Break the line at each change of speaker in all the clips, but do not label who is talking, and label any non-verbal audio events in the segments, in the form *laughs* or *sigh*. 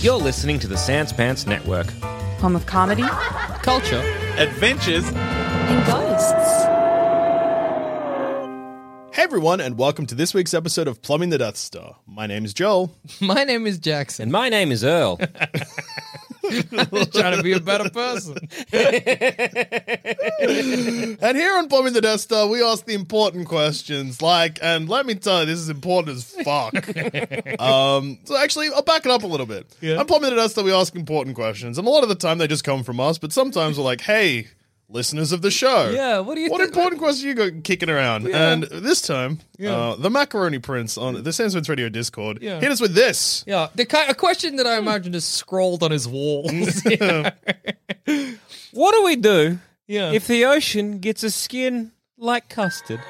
You're listening to the Sans Pants Network.
Home of comedy.
Culture. Adventures.
And ghosts.
Hey everyone, and welcome to this week's episode of Plumbing the Death Star. My name is Joel.
My name is Jackson.
And my name is Earl. *laughs*
I'm trying to be a better person.
And here on Plumbing the Death Star, we ask the important questions, like, and let me tell you, this is important as
*laughs*
fuck. um, so actually, I'll back it up a little bit. On Plumbing the Death Star, we ask important questions, and a lot of the time they just come from us, but sometimes we're like, hey, listeners of the show.
Yeah, what do you
What
think-
important question you got kicking around? And this time, uh, the Macaroni Prince on the Sandsman's Radio Discord
Yeah.
hit us with this.
*laughs* Yeah, the ki- a question that I imagine is scrawled on his walls.
what do we do
yeah.
if the ocean gets a skin like custard?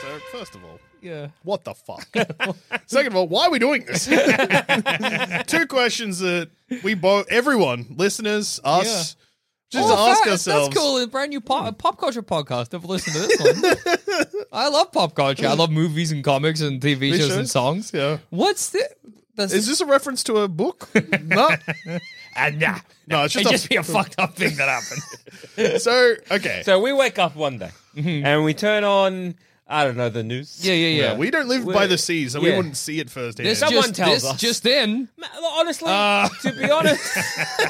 So, first of all,
yeah.
What the fuck? *laughs* Second of all, why are we doing this? *laughs* Two questions that we both, everyone, listeners, us, just
Oh,
ask
fair-
ourselves.
That's cool. A brand new pop, pop culture podcast. Never listened to this one. I love pop culture. I love movies and comics and TV
These
shows, and
shows?
songs.
Yeah.
What's the? That's
Is this a reference to
*laughs*
a book?
no? and nah,
No, it's just
it'd *laughs*
a-
just be a fucked up thing that happened.
so, okay.
So we wake up one day Mm-hmm. and we turn on, I don't know, the news.
yeah, yeah, yeah.
yeah, we don't live
We're-
by the sea, so we
yeah.
wouldn't see it firsthand.
this
Someone
just,
tells
this
us.
just in.
Ma- Honestly, to be honest,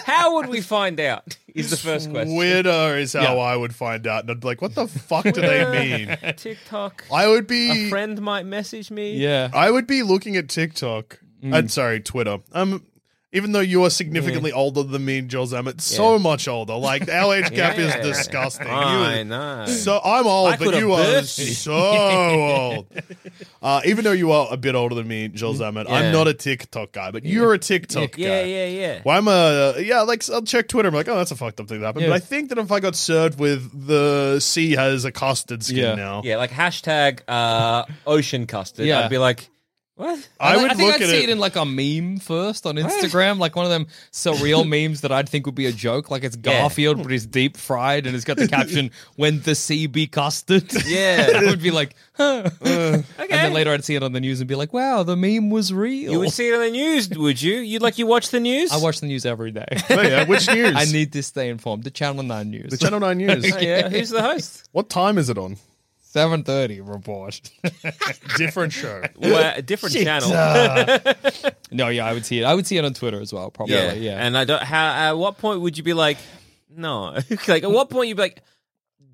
how would we find out? Is the first question.
Weirdo is how I would find out. And I'd be like, what the fuck
*laughs*
do they mean?
TikTok.
I would
A
be
friend might message me.
Yeah.
*laughs* I would be looking at TikTok. I'm sorry, Twitter. Um, even though you are significantly older than me, Joel Zammett, so much older. Like our age gap
Yeah.
is disgusting. You
I
are-
know.
So I'm old,
I
but
could've
you are
birthed you.
so old. Uh, even though you are a bit older than me, Joel Zammett,
Yeah.
I'm not a TikTok guy, but you're a TikTok guy.
yeah, yeah, yeah.
Well, I'm a uh, yeah. Like I'll check Twitter. I'm like, oh, that's a fucked up thing that happened.
Yeah.
But I think that if I got served with the sea has a custard skin
Yeah.
now,
Yeah, like hashtag uh, ocean custard.
Yeah.
I'd be like, what?
I,
I,
would
I think
look
I'd
at
see it. in like a meme first on Instagram, like one of them surreal memes that I'd think would be a joke. Like it's
Yeah.
Garfield, but he's deep fried, and it's got the caption "When the sea be custard."
Yeah.
*laughs* I would be like, huh. and
Okay.
then later I'd see it on the news and be like, "Wow, the meme was real." *laughs*
You would see it on the news, would you? You'd like you watch the news?
I watch the news every day.
*laughs* Oh, yeah, which news?
I need to stay informed. The Channel Nine News,
the Channel Nine News.
Oh, yeah, who's the host?
What time is it on?
*laughs* seven thirty report. *laughs*
*laughs*
Different show.
*laughs* Well, a different channel.
Uh, no, yeah, I would see it. I would see it on Twitter as well, probably. Yeah,
yeah, And I don't. How? At what point would you be like, no? *laughs* like, at what point you'd be like,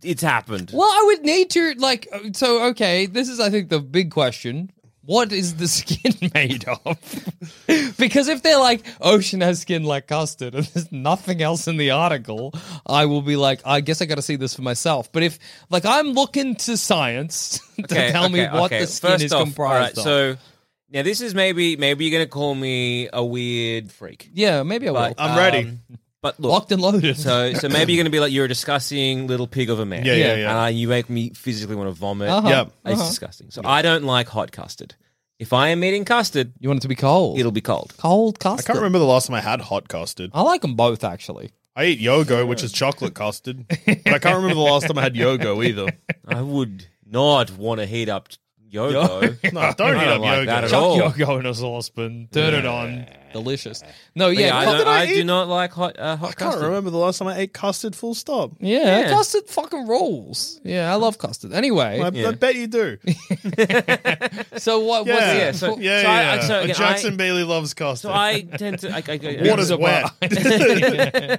it's happened?
Well, I would need to like uh, so okay, this is I think the big question. What is the *laughs* skin made of? *laughs* because if they're like ocean has skin like custard and *laughs* there's nothing else in the article, I will be like I guess I got to see this for myself. But if like I'm looking to science *laughs* to tell me what
okay.
the skin
First
is
off,
comprised
all
of.
right, So now this is maybe maybe you're gonna call me a weird freak,
yeah, maybe I will.
but
I'm ready.
But look,
Locked and loaded.
uh, so so maybe you're gonna be like you're a disgusting little pig of a man.
Yeah, yeah, yeah.
Uh, you make me physically want to vomit.
Uh-huh.
Yep.
It's disgusting. So I don't like hot custard. If I am eating custard,
*laughs* you want it to be cold.
it'll be cold.
cold
I
custard.
can't remember the last time I had hot custard.
I like them both actually.
I eat yogo, which is chocolate custard. But I
*laughs*
can't remember the last time I had yogo either.
I would not want to heat up
*laughs*
yogo.
No, don't
I
eat
don't
up
like
yogo.
that at
Chuck
all.
Yoko in a saucepan. Turn it on. Oh. Delicious. No,
But yeah,
yeah,
I,
fuck-
don't,
I
I, do
eat-
not like hot uh, hot
I can't
custard.
remember the last time I ate custard. Full stop.
yeah,
Yeah.
custard fucking rolls. Yeah, I love custard. Anyway,
I,
Yeah.
I bet
*laughs*
you do.
*laughs* so what?
Yeah,
What's,
yeah,
yeah.
so-
So,
so I-
yeah,
so again,
But Jackson
I-
Bailey loves custard.
So I tend to. I, I, *laughs* I,
Water's wet.
I,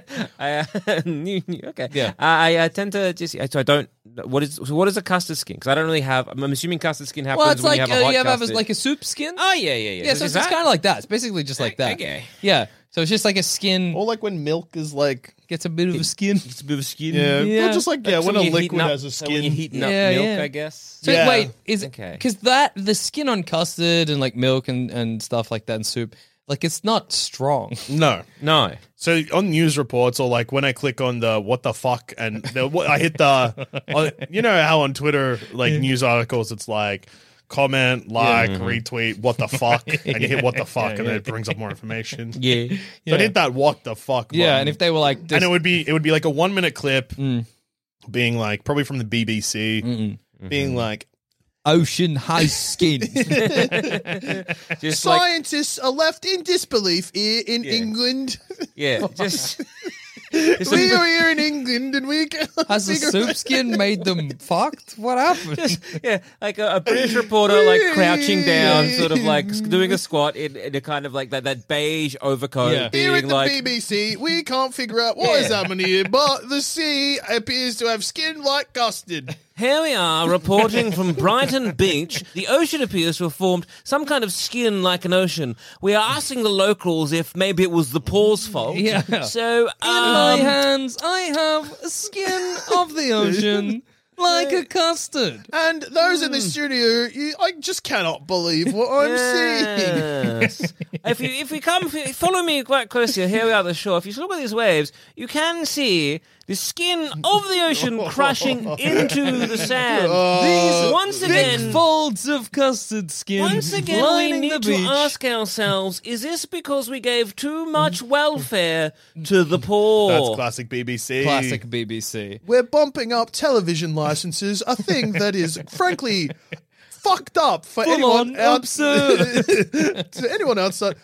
uh, *laughs* knew- knew- okay.
Yeah.
I, I, uh tend to just. So I don't. What is so what is a custard skin? Because I don't really have. I'm assuming custard skin happens
well, it's
when
like
you have a
uh,
hot
you have, a-
custard.
like a soup skin.
oh yeah, yeah, yeah.
yeah, so it's, kind of like that. It's basically just like that.
Okay.
Yeah, so it's just like a skin
or like when milk is like
gets a bit of a skin.
it's a bit of skin.
yeah,
Yeah.
well, just like yeah,
So
when a
you're heating
liquid
up-
has a
so
skin.
when you're heating up
Yeah,
milk,
yeah.
I guess.
So
Yeah.
wait, is
Okay.
because that the skin on custard and like milk and and stuff like that and soup, like it's not strong.
no,
no.
So on news reports, or like when I click on the what the fuck, and the, what- I hit the, on- you know how on Twitter, like news articles, it's like comment, like, retweet, what the fuck, and you hit what the fuck, and then it brings up more information.
*laughs*
Yeah.
So I hit that what the fuck.
Yeah,
button,
and if they were like,
and
just-
it would be it would be like a one minute clip, being like probably from the BBC, being like
ocean high skin. *laughs*
Just like
scientists are left in disbelief here in England.
yeah.
*laughs*
Just. *laughs* just
*laughs* we are here in England, and we can
Has the soup skin made *laughs* them fucked? What happened? *laughs*
yeah, *laughs* like a, a British reporter, like crouching down, sort of like s- doing a squat in, in a kind of like that, that beige overcoat,
Yeah.
Here
being
at the
like,
BBC, we can't figure out what is happening here, but the sea appears to have skin like custard.
"Here we are, reporting from Brighton Beach. The ocean appears to have formed some kind of skin like an ocean. We are asking the locals if maybe it was the paw's fault.
Yeah.
So,
In my
um,
hands, I have a skin of the *laughs* ocean, like a custard.
And those in the
Hmm.
studio, you, I just cannot believe what I'm seeing.
Yes. *laughs* if you if we come if you follow me quite closely, here we are at the shore. If you look at these waves, you can see the skin of the ocean crushing into the sand. these once
Thick
again.
folds of custard skin
Once again, we
lining the
need to
beach.
ask ourselves: Is this because we gave too much welfare to the poor?
classic BBC.
Oh. Classic BBC.
We're bumping up television licenses, a thing that
*laughs*
is frankly fucked up for
Full
anyone
on absurd.
*laughs* to anyone outside.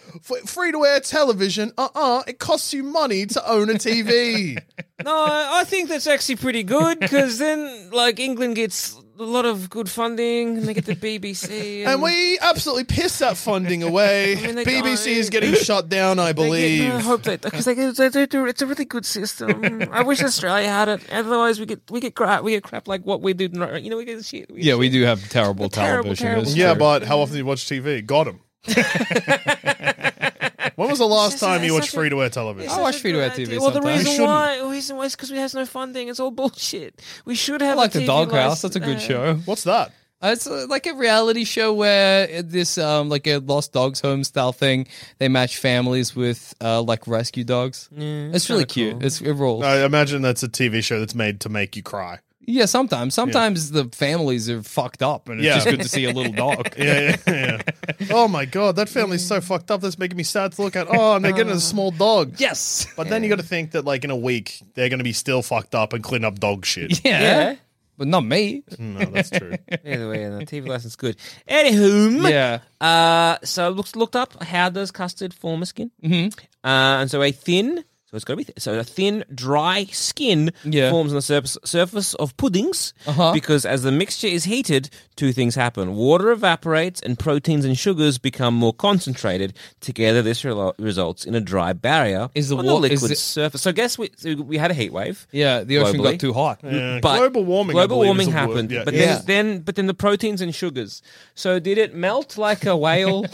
Free to air television, uh uh it costs you money to own a TV.
No, I I think that's actually pretty good because then, like, England gets a lot of good funding, and they get the BBC,
And we absolutely piss that
*laughs*
funding away.
mean, they-
BBC
I-
is getting shut down, I believe.
I hope that because they, they, they do. It's a really good system. I wish Australia had it. Otherwise, we get we get crap. We get crap like what we do. You know, we get shit. We get
Yeah, we do have terrible
Terrible,
television.
terrible
it's
yeah,
true.
but how often do you watch TV?
*laughs*
Got him. when was the last
It's just-
time you
it's
watched
such a-
free to air television?
It's
I watch
such a
free to
good
air
idea.
TV
Well, the
sometimes.
reason
You
why, the reason why is because we has no funding. It's all bullshit. We should have.
I like
a
the
TV
Doghouse.
license.
That's a good
Uh,
show.
What's that?
Uh, It's uh, like a reality show where uh, this, um, like a lost dogs home style thing, they match families with uh, like rescue dogs. it's really cute. It's it rolls.
I imagine that's a TV show that's made to make you cry.
yeah, sometimes, sometimes the families are fucked up, and it's
Yeah.
just good to see a little dog.
Yeah, yeah, yeah. *laughs* oh my god, that family's so fucked up. That's making me sad to look at. Oh, and they're
*laughs*
getting a small dog.
Yes.
But then you got to think that, like in a week, they're going to be still fucked up and clean up
*laughs*
dog shit.
Yeah.
Yeah.
But not me.
no, that's true.
Either way, the TV license is good. Anywho,
Yeah.
Uh, so looked looked up how does custard form a skin? Mm-hmm. Uh, and so a thin, so it's got to be th- so a thin, dry skin
Yeah.
forms on the surface surface of puddings
Uh-huh.
because as the mixture is heated, two things happen: water evaporates and proteins and sugars become more concentrated. Together, this relo- results in a dry barrier
Is the
on
wa-
the
is
liquid
it-
surface. So I guess we so we had a heat wave.
Yeah. The ocean
Globally.
got too hot.
Yeah,
But
global warming. I
Global
believe,
warming
is a word.
happened,
Yeah.
but
Yeah.
Then, then, but then the proteins and sugars. So did it melt like a *laughs* whale,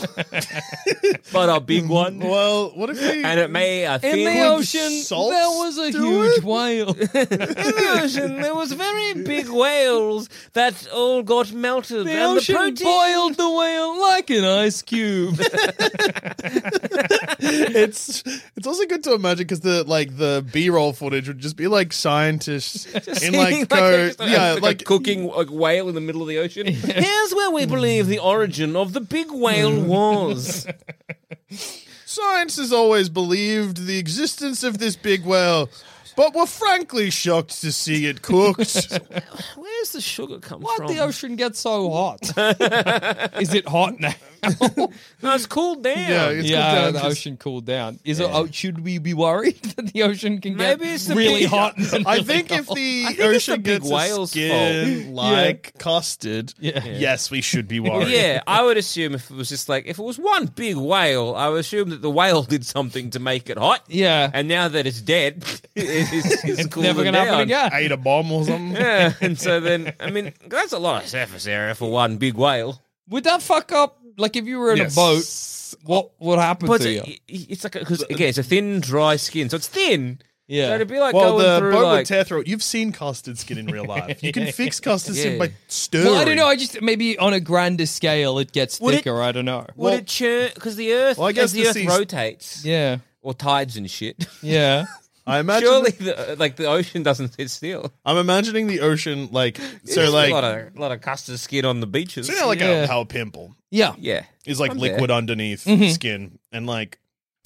but a big one?
*laughs* Well, what if we?
And it made a
In
thin
the ocean,
salts
there was a
do
huge
it?
whale.
In the ocean, there was very big whales that all got melted,
The
and the
ocean
protein. *laughs*
boiled the whale like an ice cube.
it's it's also good to imagine because the like the B roll footage would just be
*laughs*
like scientists in like, co-
just a-
yeah
uh, like a
like
cooking a whale in the middle of the ocean. *laughs* Here's where we believe the origin of the big whale was.
science has always believed the existence of this big whale. but were frankly shocked to see
*laughs*
it cooked.
*laughs* Where's the sugar come
Why'd
from?
the ocean get so hot? Is it hot now?
No, it's cooled down.
yeah, it's
yeah,
cooked down
the
'cause-
ocean cooled down. Is it? Oh, should we be worried *laughs* that the ocean can
Maybe
get
it's the
*laughs*
really
big-
hot?
I think if the
I think it's the
ocean
big
gets a
whale's
skin like custard,
Yeah.
yes, we should be
*laughs*
worried.
Yeah, I would assume if it was just like if it was one big whale, I would assume that the whale *laughs* did something to make it hot.
Yeah.
and now that it's dead, *laughs*
*laughs*
it's, it's cooling
never gonna happen
down.
again.
Ate a bomb or
*laughs*
something.
Yeah, and so then I mean that's a lot of surface area for one big whale.
Would that fuck up? Like if you were in
Yes.
a boat, what would happen
But e,
to
it's,
you?
it's like because again, it's a thin, dry skin, so it's thin.
Yeah.
so it'd be like
Well,
going
the
through
boat
like
would tear through. it. You've seen custard skin in real life.
*laughs*
You can fix custard skin
Yeah.
by stirring.
Well, I don't know. I just maybe on a grander scale it gets
Would it-
thicker. I don't know.
would it churn because the Earth
Well, I guess
as the,
the
Earth
seas-
rotates
Yeah,
or tides and shit. *laughs*
yeah.
I imagine.
Surely, the, like the ocean doesn't sit still.
I'm imagining the ocean
*laughs*
like so,
There's
like
a lot of lot of custard skin on the beaches.
so you know, like
Yeah.
a, how a pimple
Yeah.
*laughs* yeah,
is like
I'm there.
liquid underneath
Mm-hmm.
skin, and like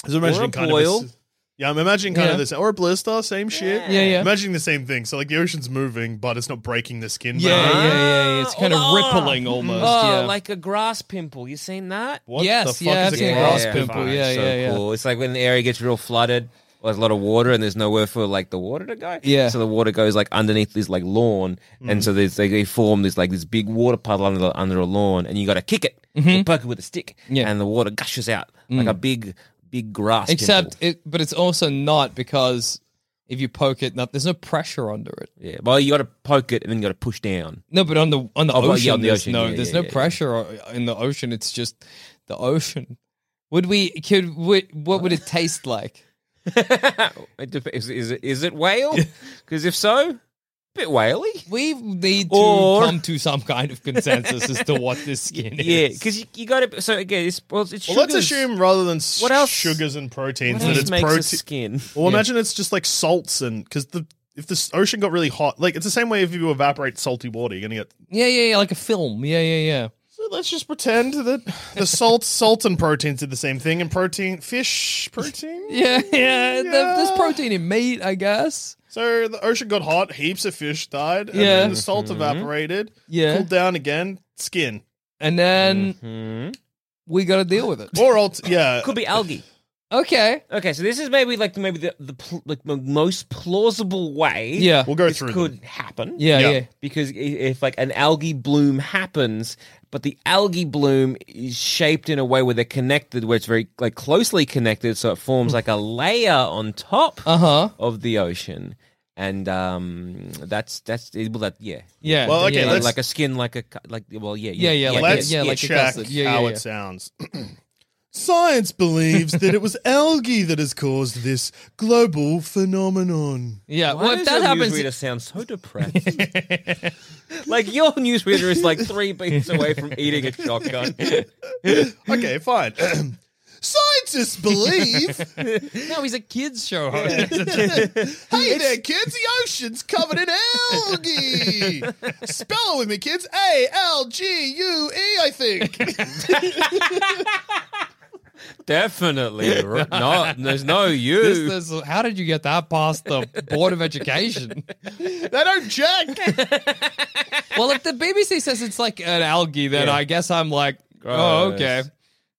I was imagining kind
boil.
of. this- yeah, I'm imagining kind
Yeah.
of this or a blister, same shit.
Yeah, yeah.
Imagining the same thing. So like the ocean's moving, but it's not breaking the skin.
Yeah,
back.
yeah, yeah, yeah. It's kind
Ah,
of rippling almost.
Oh,
yeah.
like a grass pimple. You seen that?
What
Yes,
the fuck
yeah,
is
I've
a
seen
grass
grass
pimple?
pimple, yeah,
so
yeah, yeah.
Cool. It's like when the area gets real flooded. or There's a lot of water and there's nowhere for like the water to go.
Yeah. Mm.
So the water goes like underneath this like lawn, and so there's, they, they form this like this big water puddle under the, under a lawn, and you got to kick it, or poke it with a stick,
Mm-hmm. Yeah. Mm.
and the water gushes out like a big big grass.
Except
pimple.
it, but it's also not because if you poke it, not, there's no pressure under it.
yeah. Well, you got to poke it and then you got to push
*laughs*
down.
No, but on the on the
Oh,
ocean,
well, yeah, on the
there's
ocean,
no
yeah,
there's
yeah,
no
yeah.
pressure o- in the ocean. It's just the ocean. Would we could would, what would it taste like?
It dep- is, is it is it
*laughs*
whale? Because if so, bit whaley.
We need to
Or-
come to some kind of consensus as to what this skin
Yeah,
is.
because you, you got to. So again, it's well, it's
Well, let's
sugars.
assume rather than
What else-
sugars and proteins
What
that
else
it's
makes a
protein.
skin.
Well, imagine it's just like salts and because the if the s- ocean got really hot, like it's the same way if you evaporate salty water, you're gonna get.
yeah, yeah, yeah, like a film. Yeah, yeah, yeah.
So let's just pretend that the salt, salt and proteins did the same thing, and protein, fish, protein.
*laughs* Yeah, yeah. th- There's
Yeah.
protein in meat, I guess.
So the ocean got hot, heaps of fish died, and
Yeah.
then the salt evaporated,
Yeah.
cooled down again, skin
And then we got to deal with it.
or alt,
*laughs*
yeah,
Could be algae.
Okay.
Okay, so this is maybe like maybe the the pl- like the most plausible way.
Yeah.
we'll go
this
through.
could
Them.
happen.
Yeah, yeah.
Yeah.
because i- if like an algae bloom happens, but the algae bloom is shaped in a way where they're connected, where it's very like closely connected, so it forms like a layer on top
Uh huh.
of the ocean. And um, that's that's it, well, that yeah,
Yeah.
Well, okay,
yeah,
Like-
let's-
like a skin, like a cu- like well, yeah,
Yeah, yeah, like-
Let's
yeah, like a
check
custard. Yeah, yeah,
how
yeah.
it sounds. *clears throat* Science believes that it was algae that has caused this global phenomenon.
yeah.
Why
well, if
does
that
your
happens,
newsreader sound *laughs* so depressed? like your newsreader is like three beats away from eating a shotgun.
*laughs* Okay, fine. *clears throat* Scientists believe. *laughs*
no, he's a kids show host.
hey there, kids. The ocean's covered in algae. Spell it with me, kids. A L G U E. I think. *laughs*
Definitely r- not. There's no you.
This- this- how did you get that past the board of education?
they don't check.
well, if the BBC says it's like an algae, then I guess I'm like, oh,
Gross.
okay.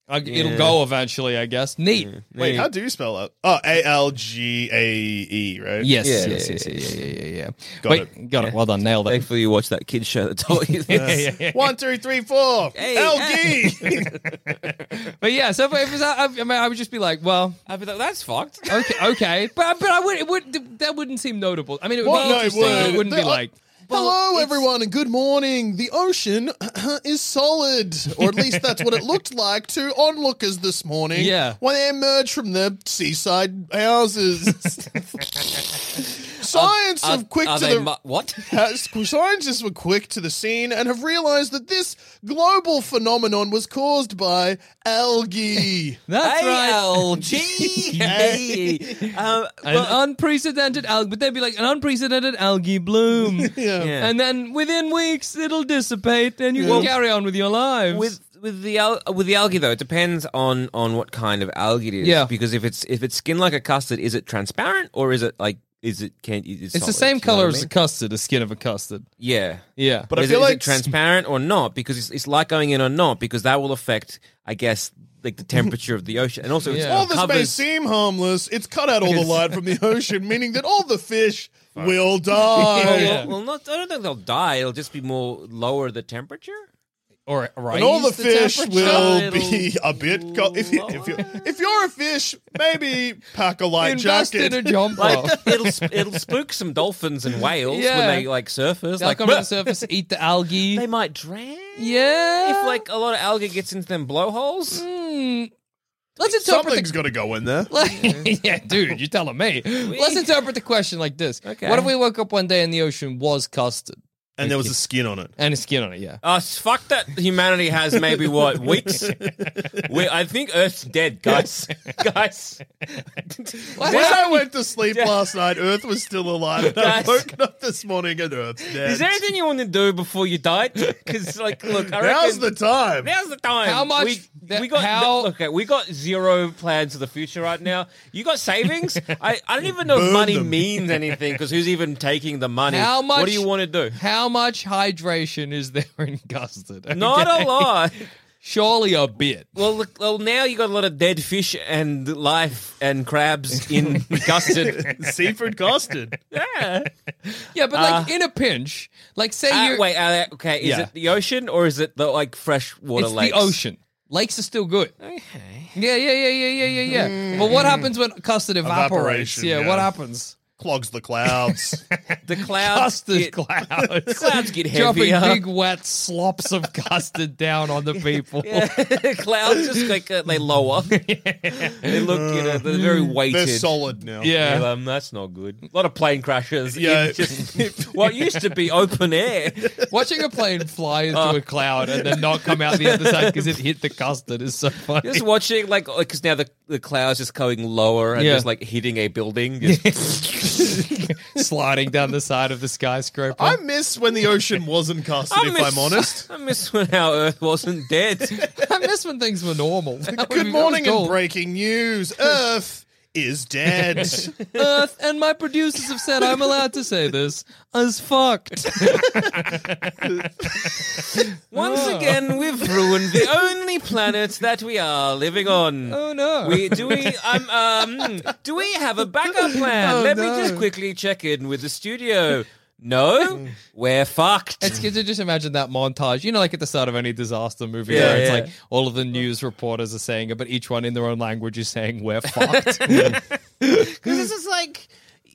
I, It'll go eventually, I guess. Neat.
Wait, how do you spell that? Oh, A L G A E. Right.
Yes,
Yeah,
yes,
yeah,
yes,
yeah,
yes, yeah, yeah, yeah, yeah.
Got
Wait,
it.
got it. Well done, nailed
*laughs*
it.
Thankfully, you watched that kids show that taught you this.
Yeah, yeah.
One, two, three, four.
Hey,
algae.
But yeah, so if it was, I, I mean, I would just be like, well,
I'd be like, that's fucked.
okay, okay, but but I would it would that wldn't seem notable. I mean, it would
Well,
be
no, it
interesting. but It,
would.
wouldn't be
There are-
like, well,
Hello,
it's-
everyone, and good morning. The ocean *clears throat* is solid, or at least that's what
*laughs*
it looked like to onlookers this morning.
Yeah.
When they emerged from their seaside houses.
*laughs*
Science have quick
Are
to
they
the.
mu- what?
has- Scientists were quick to the scene and have realized that this global phenomenon was caused by
*laughs*
algae.
That's right.
ALG. um,
An unprecedented algae, but they'd be like an unprecedented algae bloom,
Yeah.
Yeah.
and then within weeks it'll dissipate, and you
Well,
can carry on with your lives.
with with the al- with the algae though, it depends on on what kind of algae it is.
Yeah.
Because if it's if it's skin like a custard, is it transparent or is it like Is it? Can it's,
It's the same color as a custard, a skin of a custard.
yeah.
Yeah.
But I
is
feel
it, is
like-
it transparent or not? Because it's, it's like going in or not because that will affect, I guess, like
*laughs*
the temperature of the ocean and also it's
Yeah.
All this may
covers-
seem harmless. It's cut out all the light from the ocean, meaning that all the fish will die.
Yeah.
Well, well, not. I don't think they'll die. It'll just be more lower the temperature.
or right.
And all the fish will
temperature
be a bit. Co- if, you, if, you, if you're a fish, maybe pack a light
invest
jacket.
in
*laughs*
a jumper.
Like
*laughs*
it'll sp- it'll spook some dolphins and whales
Yeah.
when they like surface.
They'll
Like,
come to
*laughs*
the
"Bleh."
surface, eat the algae.
they might drown.
yeah.
If like a lot of algae gets into them blowholes,
Hmm. let's interpret
Something's
the
got to go in there.
*laughs* like, *laughs* yeah, dude, you're telling me. Let's interpret the question like this.
Okay.
What if we woke up one day and the ocean was custard
And there was a skin on it.
and a skin on it? Yeah.
uh, s- fuck that. Humanity has maybe what weeks. we, I think Earth's dead, guys. guys,
What
When
happened-
I went to sleep last night, Earth was still alive. And I
Guys.
woke up this morning and Earth's dead.
is there anything you want to do before you die? Because like, look, I
Now's
reckon
the time.
Now's the time.
How much
We,
that-
we got
how-
okay. We got zero plans for the future right now. You got
*laughs*
savings. I, I don't even know
Burn
if money
them.
means anything because who's even taking the money?
How much-
What do you want to do?
How much hydration is there in custard? Okay.
Not a lot.
*laughs* Surely a bit.
Well, look, well, now you got a lot of dead fish and life and crabs
*laughs*
in custard.
Seafood custard.
yeah.
Yeah, but like in a pinch, like say
Uh,
you
wait. Uh, okay. Is
Yeah.
it the ocean or is it the like freshwater
it's
lakes?
the ocean. Lakes are still good. Okay. Yeah, yeah, yeah, yeah, yeah, yeah, yeah. But what happens when custard evaporates?
Mm. Evaporation,
Yeah,
yeah.
what happens?
Clogs the clouds.
The clouds. *laughs*
Custard
Get,
*laughs* clouds.
clouds get
Dropping
heavier.
big wet slops of custard down on the *laughs* people.
clouds just like uh, they
*laughs*
lower. They look, you know, they're very
Mm. They're
weighted.
solid now.
Yeah.
Yeah, um, that's not good. A lot of plane crashes.
Yeah.
in just, *laughs* what used to be open air.
Watching a plane fly into a cloud and then not come out the other side because it hit the custard is so funny.
Just watching, like, because now the, the clouds just going lower and
Yeah.
just like hitting a building. Just,
*laughs* Sliding down the side of the skyscraper.
I miss when the ocean wasn't custard,
I
if
miss-
*laughs*
I'm
*laughs*
honest.
I miss when our Earth wasn't dead.
I miss when things were normal. That would
Good
be- that was
morning and
cool. *laughs*
breaking news. Earth is dead.
Earth and my producers have said I'm allowed to say this as fucked.
Once
Oh.
again, we've ruined the only planet that we are living on.
Oh no.
We do we um, um do we have a backup plan?
Oh,
Let
no.
me just quickly check in with the studio. No, we're fucked.
it's good to just *laughs* imagine that montage, you know, like at the start of any disaster movie,
Yeah,
where it's
yeah.
like all of the news reporters are saying it, but each one in their own language is saying
*laughs*
we're fucked.
Because this is like,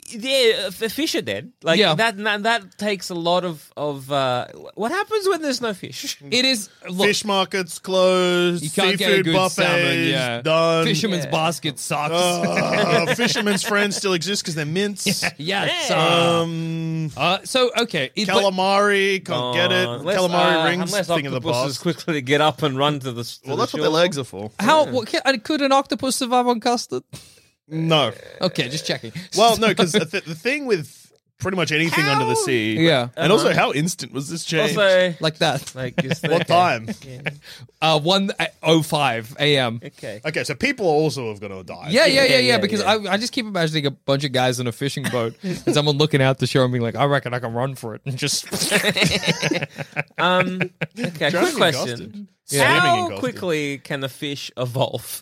yeah, the fish are dead. Like
Yeah.
that, that. That takes a lot of of. Uh, what happens when there's no
*laughs*
fish?
it is *laughs* look,
Fish markets closed.
you can't
seafood
get a good
buffets
salmon. Yeah,
done.
Fisherman's basket sucks.
Uh, *laughs* fisherman's friend still exists because they're mints.
*laughs* yeah, it
Hey.
sucks.
Um,
Uh, so okay, it- but-
calamari, can't get it.
Unless,
calamari
uh,
rings,
Unless
thing of the
octopuses
past.
quickly get up and run to the. s- to
Well,
the
that's what
shore.
their legs are for.
how what, can, uh, could an octopus survive on custard? *laughs*
No.
Okay, just checking.
Well,
*laughs*
no, because the, th- the thing with pretty much anything under the sea.
Yeah.
And also, how instant was this change?
Uh-huh. Also,
*laughs* like
*laughs*
that.
like is there-
what time?
Uh, one oh five a.m.
Okay.
Okay, so people also have going to die.
Yeah, yeah, yeah, yeah.
yeah, yeah,
because I, I just keep imagining a bunch of guys in a fishing boat
*laughs*
and someone looking out the shore and being like, I reckon I can run for it *laughs*
*laughs*
and just
Um. Okay.
Drowning
Quick
in
question.
custard. Swimming in
How
custard.
quickly can a fish evolve?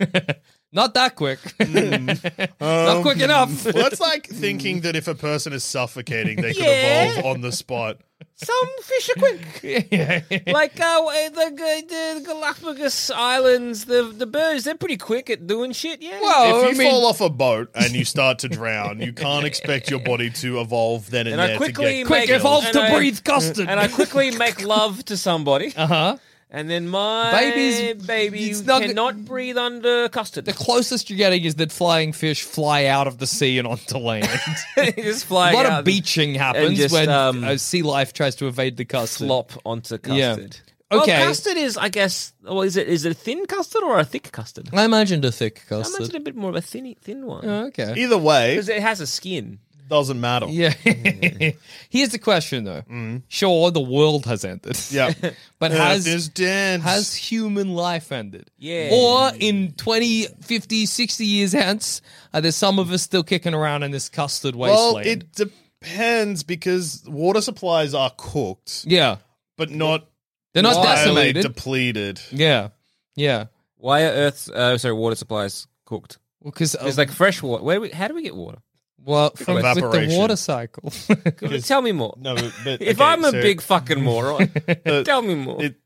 not that
*laughs*
quick, not quick enough.
Um, *laughs* Well, that's like thinking that if a person is suffocating, they could
Yeah.
evolve on the spot.
*laughs* Some fish are
*laughs*
quick. Like uh, w- the, the, the Galapagos Islands, the the birds, they're pretty quick at doing shit. Yeah.
Well,
if you
Oh, I mean,
fall off a boat and you start to drown, you can't expect your body to evolve then and,
And I
there
quickly
to get.
quick
Megan,
evolve
and
to
I-
breathe custard.
and I *laughs* quickly make love to somebody,
uh huh.
and then my
Babies-
baby
it's not-
cannot breathe under custard.
*laughs* The closest you're getting is that flying fish fly out of the sea and
*laughs*
onto land.
*laughs*
*laughs*
It just
a
flying
lot
out
of beaching happens
just,
when
um,
uh, sea life tries to evade the custard.
flop onto
Yeah.
custard.
Okay.
Well, custard is, I guess, well, is it is it a thin custard or a thick custard?
I imagined a thick
I imagine
custard. Uh,
a bit more of a thin thin one
*laughs* okay.
Either way,
because it has a skin.
Doesn't matter.
Yeah. *laughs* Here's the question, though.
Mm.
Sure, the world has ended.
Yeah.
*laughs* But
Earth
has
is dead.
has human life ended?
Yeah.
Or in 20, 50, 60 years hence, are there some of us still kicking around in this custard wasteland?
well, it depends because water supplies are cooked,
yeah.
but not
They're not
entirely
decimated.
depleted.
yeah. Yeah.
Why are Earth's uh, sorry water supplies cooked?
Well, because
Oh.
It's like fresh water. Where do we, how do we get water?
well, from, with the
evaporation.
water cycle. *laughs*
Tell me more.
No, but
if
okay,
I'm a
so
big fucking
*laughs*
moron,
the-
tell me more.
it-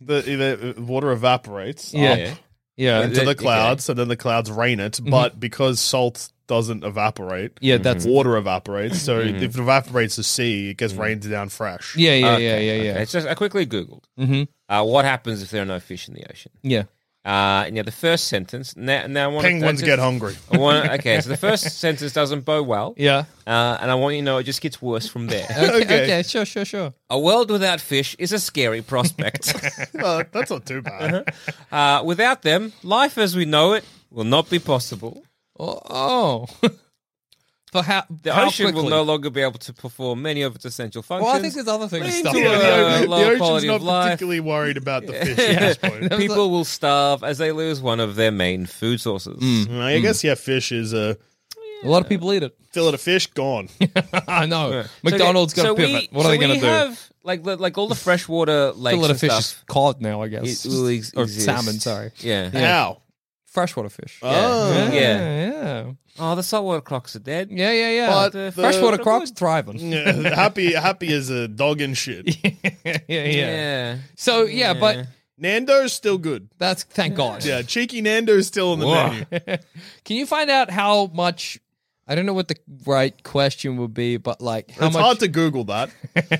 the, the uh, water evaporates
yeah.
up
yeah.
into
Okay.
the clouds, and then the clouds rain it. But because salt doesn't evaporate, Mm-hmm.
Yeah, that's
water evaporates. So if it evaporates the sea, it gets rained down fresh.
Yeah, yeah,
Okay,
yeah, yeah, yeah.
okay. It's just I quickly googled
Mm-hmm.
uh, what happens if there are no fish in the ocean.
Yeah.
Uh, and yeah, the first sentence. Now, now I want
Penguins
to,
get hungry. *laughs*
I wanna, okay, so the first sentence doesn't bow well.
Yeah.
Uh, and I want you to know it just gets worse from there.
*laughs* Okay,
Okay.
okay. sure, sure, sure.
a world without fish is a scary
*laughs*
prospect.
Uh, that's not too bad.
uh, without them, life as we know it will not be possible.
Oh. *laughs* oh. For how,
The
how
ocean
quickly?
will no longer be able to perform many of its essential functions.
Well, I think there's other things.
Leading
stuff
to
in
a-
there.
Uh, lower
the ocean's
quality
not
of life.
particularly worried about the fish at
*laughs*
this point.
People will starve as they lose one of their main food sources.
Hmm.
Mm, I guess yeah, fish is a
A lot of people eat it.
fillet of fish gone.
*laughs* I know.
So, okay,
McDonald's got
so
to pivot.
we-
what
so
are they going
we
to do?
Have, like, the- like all the
*laughs*
freshwater lakes
Fillet
and
of fish
stuff.
is cod now, I guess.
It will ex-
or
exist.
salmon, sorry.
Yeah.
Yeah.
How?
Freshwater fish.
Oh.
Yeah. yeah.
yeah.
Oh, the saltwater crocs are dead.
Yeah, yeah, yeah.
But
The
the-
Freshwater
the
crocs thriving. Yeah,
Yeah, Oh. *laughs* happy, happy as a dog and shit.
*laughs* yeah.
Yeah.
So, yeah, but
Nando's still good.
that's thank God.
Yeah, cheeky Nando's still on the menu.
Can you find out how much? I don't know what the right question would be, but like how
it's
much
hard to Google that.
*laughs*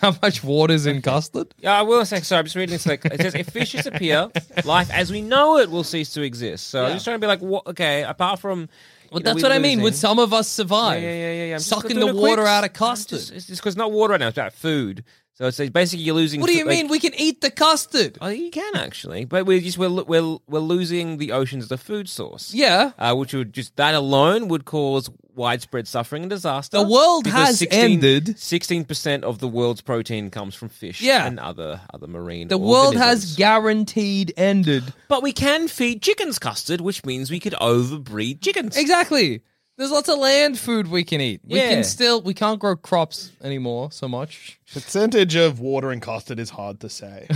how much water's in custard?
Yeah, I will say, sorry, I'm just reading this. Like, it says, if fish disappear, life as we know it will cease to exist. So I'm just trying to be like, what, okay, apart from.
Well, that's what I mean. Would some of us survive?
Yeah, yeah, yeah, yeah, yeah. I'm just
Sucking
doing
the
a quick-
water out of
I'm
custard.
just- It's because it's not water right now, it's about food. So it's like basically you're losing.
what do you
f- like-
mean? We can eat the custard?
Oh, you can actually, but we're just we're lo- we're, l- we're losing the oceans as a food source.
Yeah.
uh, which would just that alone would cause widespread suffering and disaster.
The world has ended.
Sixteen percent of the world's protein comes from fish.
Yeah.
and other other marine.
The world has
organisms.
guaranteed ended.
but we can feed chickens custard, which means we could overbreed chickens.
Exactly. There's lots of land food we can eat. We
Yeah.
can still we can't grow crops anymore so much.
Percentage of water in custard is hard
*laughs*
to say.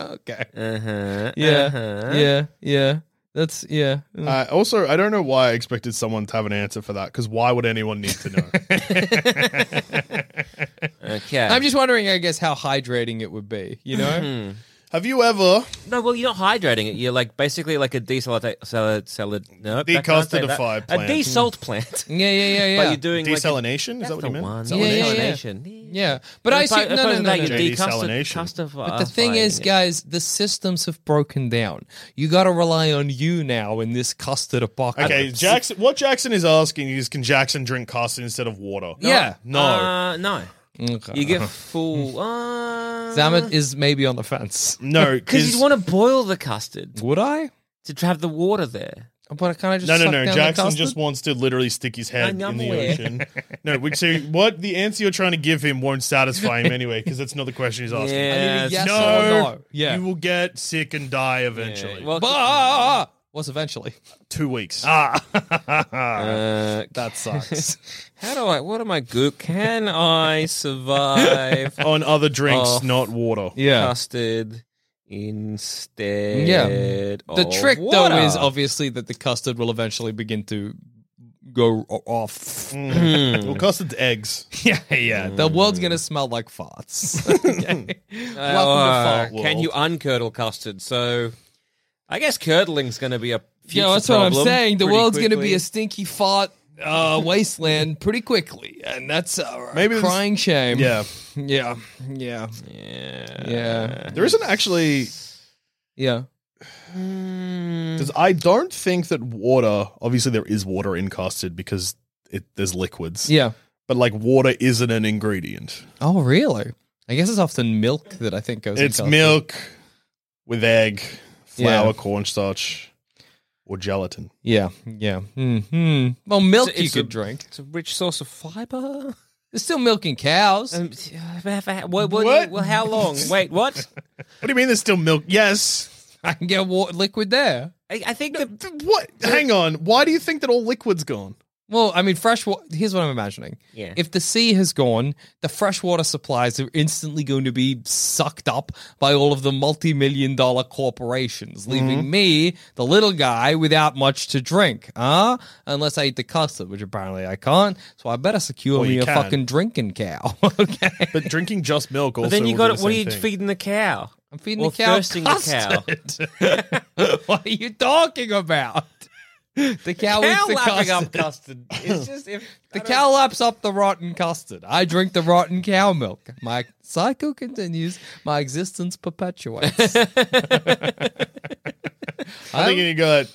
Okay. Yeah. Yeah. Yeah. That's yeah.
Uh, also, I don't know why I expected someone to have an answer for that because why would anyone need to
*laughs*
know?
Okay.
I'm just wondering, I guess, how hydrating it would be. You know,
have you ever
no, well, you're not hydrating it. You're like basically like a desalata- salad salad. No, I can't say that. A
Decastidified plant.
desalt plant. *laughs*
yeah, yeah, yeah, yeah.
But you're doing like a-
desalination? is
That's
that what you
the
meant?
one.
Is
Yeah,
that what it
yeah,
is?
yeah.
Desalination.
yeah, but I see. No, no, no, no, no.
you- desalination.
But the thing is, guys, the systems have broken down. You got to rely on you now in this custard apocalypse.
Okay, Jackson. What Jackson is asking is, can Jackson drink custard instead of water?
Yeah.
no.
Uh, no.
Okay.
You get
*laughs*
full. Uh,
Zamet is maybe on the fence.
no,
Because you'd want to boil the custard
Would I?
to have the water there.
But can I just
No, no,
suck
no.
down the
Jackson
custard?
just wants to literally stick his head
I'm- I'm
in the
aware. *laughs*
ocean. No, we see what the answer you're trying to give him won't
*laughs*
satisfy him anyway because that's not the question he's asking.
Yeah,
I need a
it's-
yes
No,
or no. Yeah.
You will get sick and die eventually.
Well,
Bah! What's eventually?
Two weeks.
uh,
That sucks.
how do I? What am I good? Can I
*laughs*
survive
on other drinks,
Oh.
not water.
*laughs* yeah.
custard instead?
Yeah. The
of
trick,
water?
though, is obviously that the custard will eventually begin to go o-
*laughs*
off.
Hmm.
Well, custard's *laughs* eggs.
Yeah, yeah. The world's gonna smell like *laughs* farts. okay.
Uh,
Welcome to
uh,
fart
Can
world.
you uncurdle custard? So, I guess curdling's going to be a future
Yeah, that's what I'm
problem
saying. The
pretty
world's gonna
quickly.
be a stinky fart uh, wasteland pretty quickly, and that's uh,
Maybe
maybe
this-
crying shame.
Yeah.
*laughs* yeah, yeah,
Yeah.
yeah,
There isn't actually
yeah.
because I don't think that water. Obviously, there is water in custard because it, there's liquids.
yeah.
but like water isn't an ingredient.
Oh, really? I guess it's often milk that I think goes. in
It's
custard.
milk with egg, flour,
Yeah.
cornstarch. or gelatin.
Yeah, yeah. Hmm. Well, milk
It's-
you
it's
could
a-
drink.
It's a rich source of fiber.
There's still milk in cows.
*laughs* Um, what, what,
What?
Well, how *laughs* long? Wait, what?
What do you mean there's still milk? Yes.
I can get water, liquid there.
I, I think the
Th- What? Hang on. Why do you think that all
*laughs*
liquid's gone?
Well, I mean, fresh water. Here's what I'm imagining.
Yeah.
If the sea has gone, the freshwater supplies are instantly going to be sucked up by all of the multi million dollar corporations, leaving me, the little guy, without much to drink. Huh? Unless I eat the custard, which apparently I can't. So I better secure
Well,
me
you
a
can.
fucking drinking cow. *laughs* okay.
But drinking just milk also.
But then you got
will do
it.
the
What are
same
you
thing.
feeding the cow?
I'm feeding
Or
the cow.
thirsting the cow.
the cow. *laughs* what are you talking about? The cow, eats
Cow
the
lapping
custard.
up custard. *laughs* It's just if
The cow laps up the rotten custard. I drink the rotten cow milk. My cycle continues. My existence perpetuates.
I
Um,
think you got.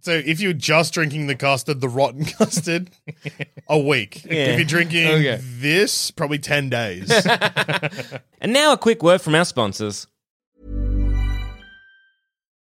So if you're just drinking the custard, the rotten *laughs* custard, a week. If you're drinking
Okay.
this, probably ten
*laughs*
days. Uh,
And now a quick word from our sponsors.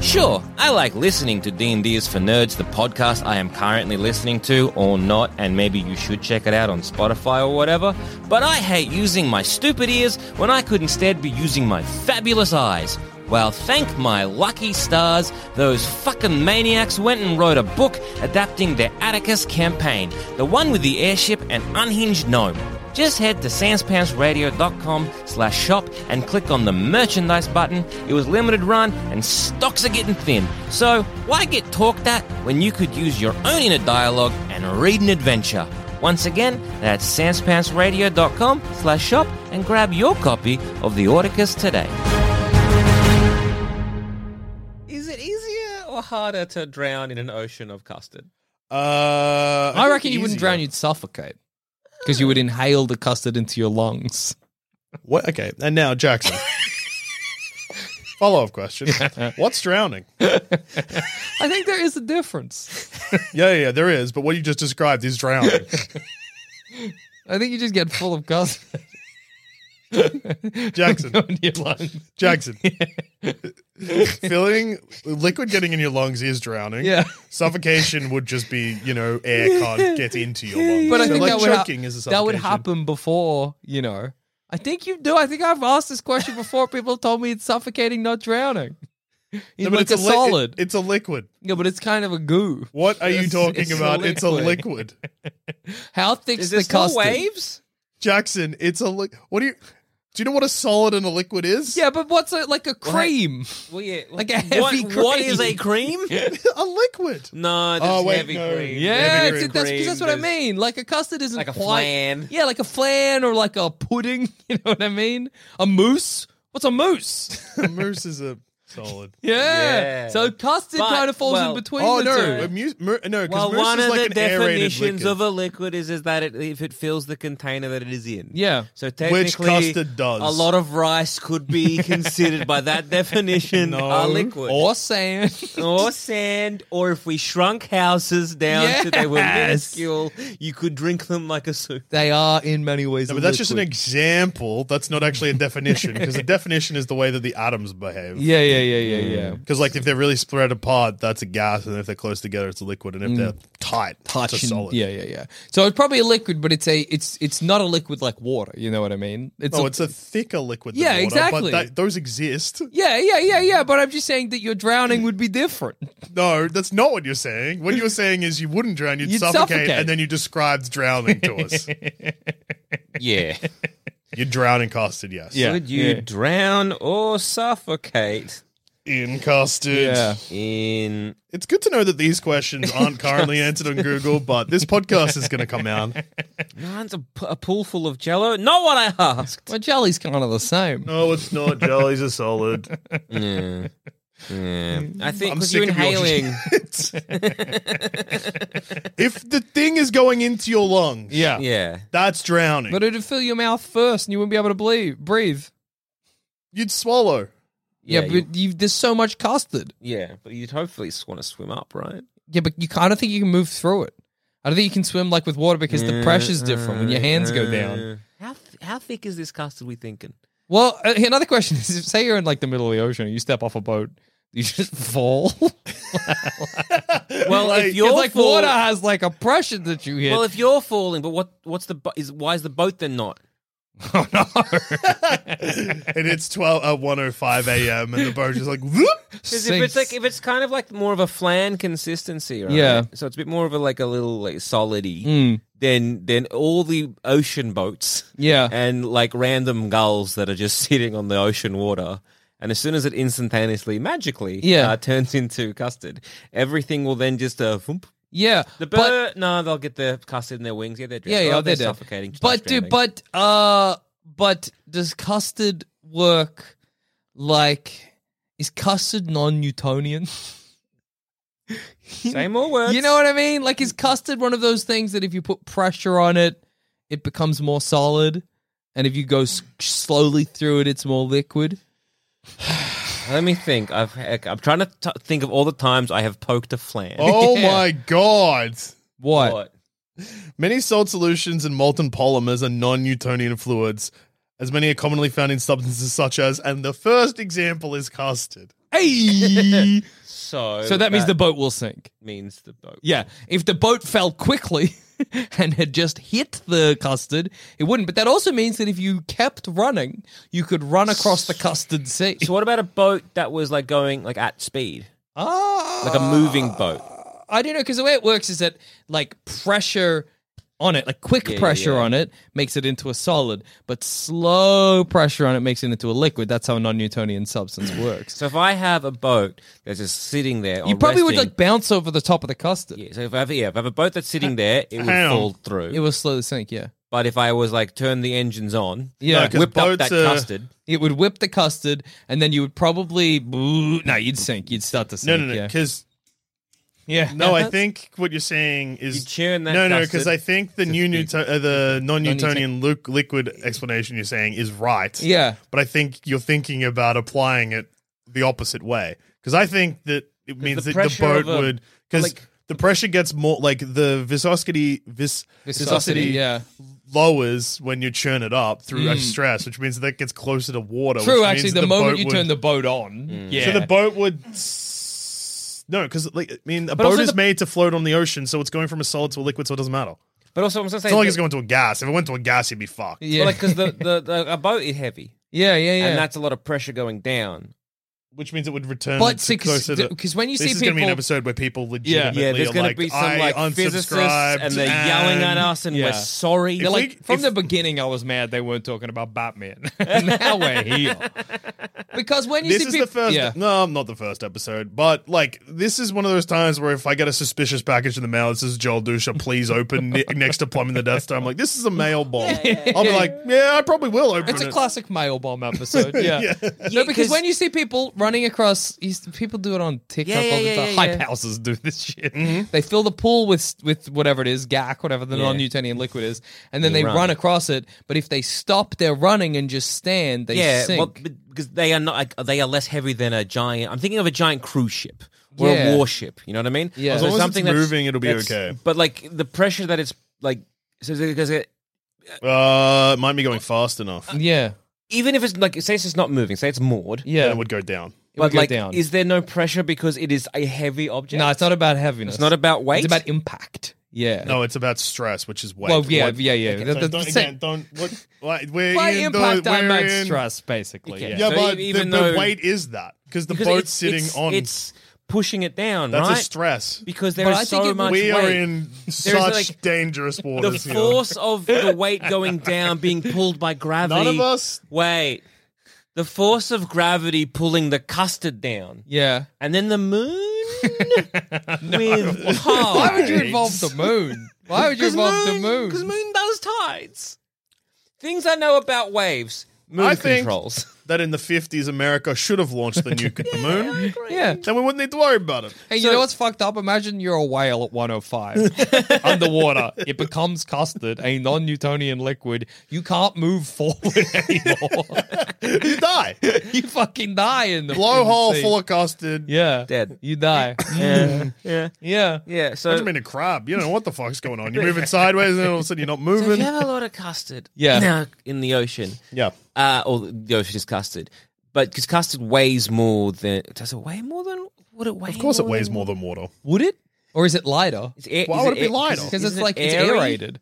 Sure, I like listening to D&D is for Nerds, the podcast I am currently listening to, or not, and maybe you should check it out on Spotify or whatever, but I hate using my stupid ears when I could instead be using my fabulous eyes. Well, thank my lucky stars, those fucking maniacs went and wrote a book adapting their Atticus campaign, the one with the airship and unhinged gnome. Just head to sanspantsradio.com slash shop and click on the merchandise button. It was limited run and stocks are getting thin. So why get talked at when you could use your own inner dialogue and read an adventure? Once again, that's sanspantsradio.com slash shop and grab your copy of the Orticus today. Is it easier or harder to drown in an ocean of custard?
Uh,
I
I, think
reckon you wouldn't
easier.
drown; you'd suffocate because you would inhale the custard into your lungs.
What? Okay, and now Jackson. Follow
*laughs*
up question: What's drowning? Yeah,
I think there is a difference.
yeah, yeah, there is. But what you just described is
*laughs*
drowning.
I think you just get full of custard
Jackson,
*laughs* in your lungs.
Jackson, *laughs* filling liquid getting in your lungs is drowning.
Yeah.
suffocation would just be you know air can't get into your lungs.
But I
So,
think
like,
that, would hap-
choking is a
that would
suffocation.
happen before, you know. I think you do. I think I've asked this question before.
*laughs*
People told me it's suffocating, not drowning. It's
No, but
like a,
li- it-
solid.
it's a liquid.
yeah, but it's kind of a goo.
What are you
It's-
talking
it's a
about? it's a
liquid.
liquid.
How thick's
Is
the
there still
custard?
waves?
Jackson, it's a li- What do you do you know what a solid and a liquid is?
Yeah, but what's a, like a cream?
Well, yeah.
Like a
What-
heavy
what is
cream.
a cream?
*laughs*
*laughs*
a liquid.
No, that's
Oh, wait,
heavy
no.
cream.
Yeah,
Heavy
it's,
cream.
that's, 'cause that's what I
There's-
mean. Like a custard isn't
Like a
quite-
flan.
Yeah, like a flan or like a pudding. *laughs* You know what I mean? A mousse. What's a mousse? *laughs*
A mousse is a solid.
Yeah.
Yeah.
So custard
But-
kind of falls
well-
in between.
Oh
the
no,
two.
a mu- mou- no, because
Well,
mousse
one
is
of
like
the
an aerated
definitions
liquid.
of a liquid is is that it, if it fills the container that it is in.
Yeah.
So technically,
Which custard does.
A lot of rice could be considered by that definition a liquid
*laughs* or sand.
Or sand, or if we shrunk houses down to they were
Yes.
minuscule, you could drink them like a soup.
*laughs* They are in many ways. a
No, but that's just an
liquid.
example. That's not actually a definition because
*laughs*
the definition is the way that the atoms behave.
yeah, yeah, yeah, yeah, yeah.
Because like if they're really spread apart, that's a gas, and if they're close together, it's a liquid, and if they're tight,
Mm. Touch
it's a
and-
solid.
Yeah, yeah, yeah. So it's probably a liquid, but it's a it's it's not a liquid like water. You know what I mean? It's
Oh,
a,
it's a thicker liquid. Than
Yeah,
water,
exactly.
But that, those exist. *laughs*
yeah, yeah, yeah, yeah. But I'm just saying that your drowning would be different.
No, that's not what you're saying. What you're saying is you wouldn't drown, you'd,
You'd
suffocate,
suffocate.
and then you described drowning to us.
*laughs*
Yeah. *laughs*
You're drowning custard, yes.
Yeah.
Would you drown or suffocate?
in custard.
Yeah.
In
It's good to know that these questions
*laughs*
aren't currently answered on Google, but this podcast is going to come out.
mine's a, p- a pool full of Jello. Not what I asked.
Well, jelly's kind of the same.
No, it's not. Jellies are solid.
Yeah. I think
I'm
because you're
sick of your *laughs*
inhaling.
*laughs*
If the thing is going into your lungs,
Yeah.
yeah.
that's drowning.
But it'd fill your mouth first and you wouldn't be able to ble- breathe. *laughs*
You'd swallow.
Yeah,
you-
but you, there's so much custard.
yeah, but you'd hopefully want to swim up, right?
Yeah, but you, I don't think you can move through it. I don't think you can swim like with water because the pressure's different when your hands go down.
How th- how thick is this custard? We thinking?
Well, uh, another question is: *laughs* if, say you're in like the middle of the ocean, and you step off a boat, you just *laughs* fall.
Well,
Like-
if
'Cause,
you're
like
fall-
water has like a pressure that you hit.
well, if you're falling, but what what's the bo- is why is the boat then not?
oh no!
And it's uh, 12 at 105 a.m. and the boat's
*laughs*
just like, whoop.
Because if it's like if it's kind of like more of a flan consistency, right?
Yeah.
So it's a bit more of a like a little like solidy.
Mm,
Then then all the
*laughs*
ocean boats
yeah,
and like random gulls that are just *laughs* sitting on the ocean water. And as soon as it instantaneously, magically,
Yeah.
uh, turns into custard, everything will then just uh, thump.
yeah.
the
but-
bird. no, they'll get the custard in their wings. Yeah, they're
yeah,
drowning.
yeah,
oh,
they're,
they're,
dead.
suffocating. slash
But dude,
drowning.
but uh, but does custard work? Like, is custard non-Newtonian?
say more words.
You know what I mean? Like, is custard one of those things that if you put pressure on it, it becomes more solid, and if you go s- slowly through it, it's more liquid.
Let me think. I've heck, I'm trying to t- think of all the times I have poked a flan. *laughs*
Oh
Yeah.
my God.
What?
Many salt solutions and molten polymers are non Newtonian fluids, as many are commonly found in substances such as, and the first example is custard.
Hey!
So
so that means the boat will sink.
means the boat.
Yeah, if the boat fell quickly *laughs* and had just hit the custard, it wouldn't. But that also means that if you kept running, you could run across the custard sea.
So what about a boat that was like going like at speed,
Ah,
like a moving boat?
I don't know because the way it works is that like pressure on it, like quick
Yeah,
pressure
yeah.
on it, makes it into a solid, but slow pressure on it makes it into a liquid. That's how a non-Newtonian
*sighs*
substance works.
So if I have a boat that's just sitting there,
you
or
probably would
resting-
like bounce over the top of the custard.
Yeah, so if I have, yeah, if I have a boat that's sitting there, it would
Hang on.
fall through.
It will slowly sink. Yeah,
but if I was like turn the engines on,
yeah. uh,
No, 'cause
whipped up
boats
that
are-
custard.
It would whip the custard, and then you would probably no, you'd sink. You'd start to
No,
sink.
no, no.
yeah.
Because
yeah.
no, I think what you're saying is
You churn that
No, no,
custard.
because I think the new Newton, uh, the non-Newtonian lu- liquid explanation you're saying is right.
Yeah.
but I think you're thinking about applying it the opposite way because I think that it means
the
that the
pressure
boat
of a-
would because
like-
the pressure gets more like the viscosity vis
Viscosity, yeah.
lowers when you churn it up through stress, which means that gets closer to water.
True.
which
Actually,
means
the, moment
boat
you
would- Mm.
turn the boat on, yeah.
so the boat would. s- No, because like I mean, a boat
also
is
the-
made to float on the ocean, so it's going from a solid to a liquid, so it doesn't matter.
But also, I'm just
It's not
saying,
like it's going to a gas. If it went to a gas, you'd be fucked.
yeah. *laughs*
because the, the, the a boat is heavy,
yeah, yeah, yeah.
and that's a lot of pressure going down.
Which means it would return
But
to
see, 'cause
closer to.
th- 'cause when you
this
see
is going to be an
people-
episode where people legitimately
Yeah, there's
are
going
like,
to be some
I
like physicists,
unsubscribed
and they're yelling at
and-
us, and
yeah.
we're sorry.
They're like,
we-
from
if- *laughs*
the beginning, I was mad they weren't talking about Batman. *laughs* now we're here. *laughs* Because when you
This
see
is
people,
the first.
yeah,
No, not the first episode, but like this is one of those times where if I get a suspicious package in the mail, it says Joel Dusha, please open ne- next to plumbing the Death Star. I'm like, this is a mail bomb. I'll be like, yeah, I probably will open
it's a
it.
classic mail bomb episode.
*laughs*
Yeah, no, because when you see people running across, you s- people do it on TikTok
Yeah, yeah,
all the
yeah,
time.
yeah,
Hype
yeah. Mm-hmm.
houses do this shit. They fill the pool with with whatever it is, gack, whatever the
Yeah.
non-Newtonian liquid is, and then
They
they
run.
run. across it. But if they stop their running and just stand, they
yeah,
sink.
well, but- because they are not like, they are less heavy than a giant. I'm thinking of a giant cruise ship or
Yeah.
a warship. You know what I mean?
Yeah. As
So
long
as it's
something that's-
moving, it'll be
that's-
okay.
But like the pressure that it's like, so because it,
Uh, it might be going fast enough.
yeah,
even if it's like, say it's just not moving, say it's moored.
Then
yeah.
it would go down.
would
But
go
like,
down.
is there no pressure because it is a heavy object?
no, it's not about heaviness.
It's not about weight.
It's about impact. Yeah.
No, it's about stress, which is weight.
Well, yeah,
What-
yeah, yeah. The-
So
the-
don't,
the-
again, don't. What, why- we're
By
in the-
impact, I
we're
meant
in-
stress, basically.
Okay.
Yeah.
Yeah,
So
but
e-
the,
even
the
though-
weight is that because the
because
boat's
it's-
sitting
it's-
on.
It's pushing it down,
that's
right?
a stress.
Because there
But
is
I think
so
it-
much
We are
weight.
in such
like-
dangerous
the
waters. here.
force of the weight going down being pulled by gravity.
us-
Wait. the force of gravity pulling the custard down,
Yeah.
and then the
*laughs*
moon with
Why would you
tides.
involve the moon? Why *laughs* would you involve the moon?
Because moon does tides. Things I know about waves. Moon
I think-
controls.
That in the 50s, America should have launched
*laughs*
the nuke at the moon.
Yeah.
Then we wouldn't need to worry about it.
Hey, you know what's fucked up? Imagine you're a whale at *laughs* 105 underwater. It becomes custard, a non Newtonian liquid. You can't move forward *laughs* anymore.
You
*laughs*
die.
you fucking die in the
Blowhole
sea.
full of custard.
Yeah.
Dead.
You die. *laughs*
Yeah, yeah,
*laughs* yeah.
yeah. So,
What do you mean a crab? You don't know what the fuck's going on. You're
*laughs*
moving sideways and then all of a sudden you're not
so if
moving.
you have a lot of custard,
*laughs* Yeah.
in, a- in the ocean,
Yeah.
uh, or the ocean is custard, but because custard weighs more than does it weigh more than would it weigh?
Of course it weighs more than water.
Would it? Or is it lighter?
It's air-
Why
is
would it be
air-
lighter?
Because it's
isn't it
like it's
airy?
aerated.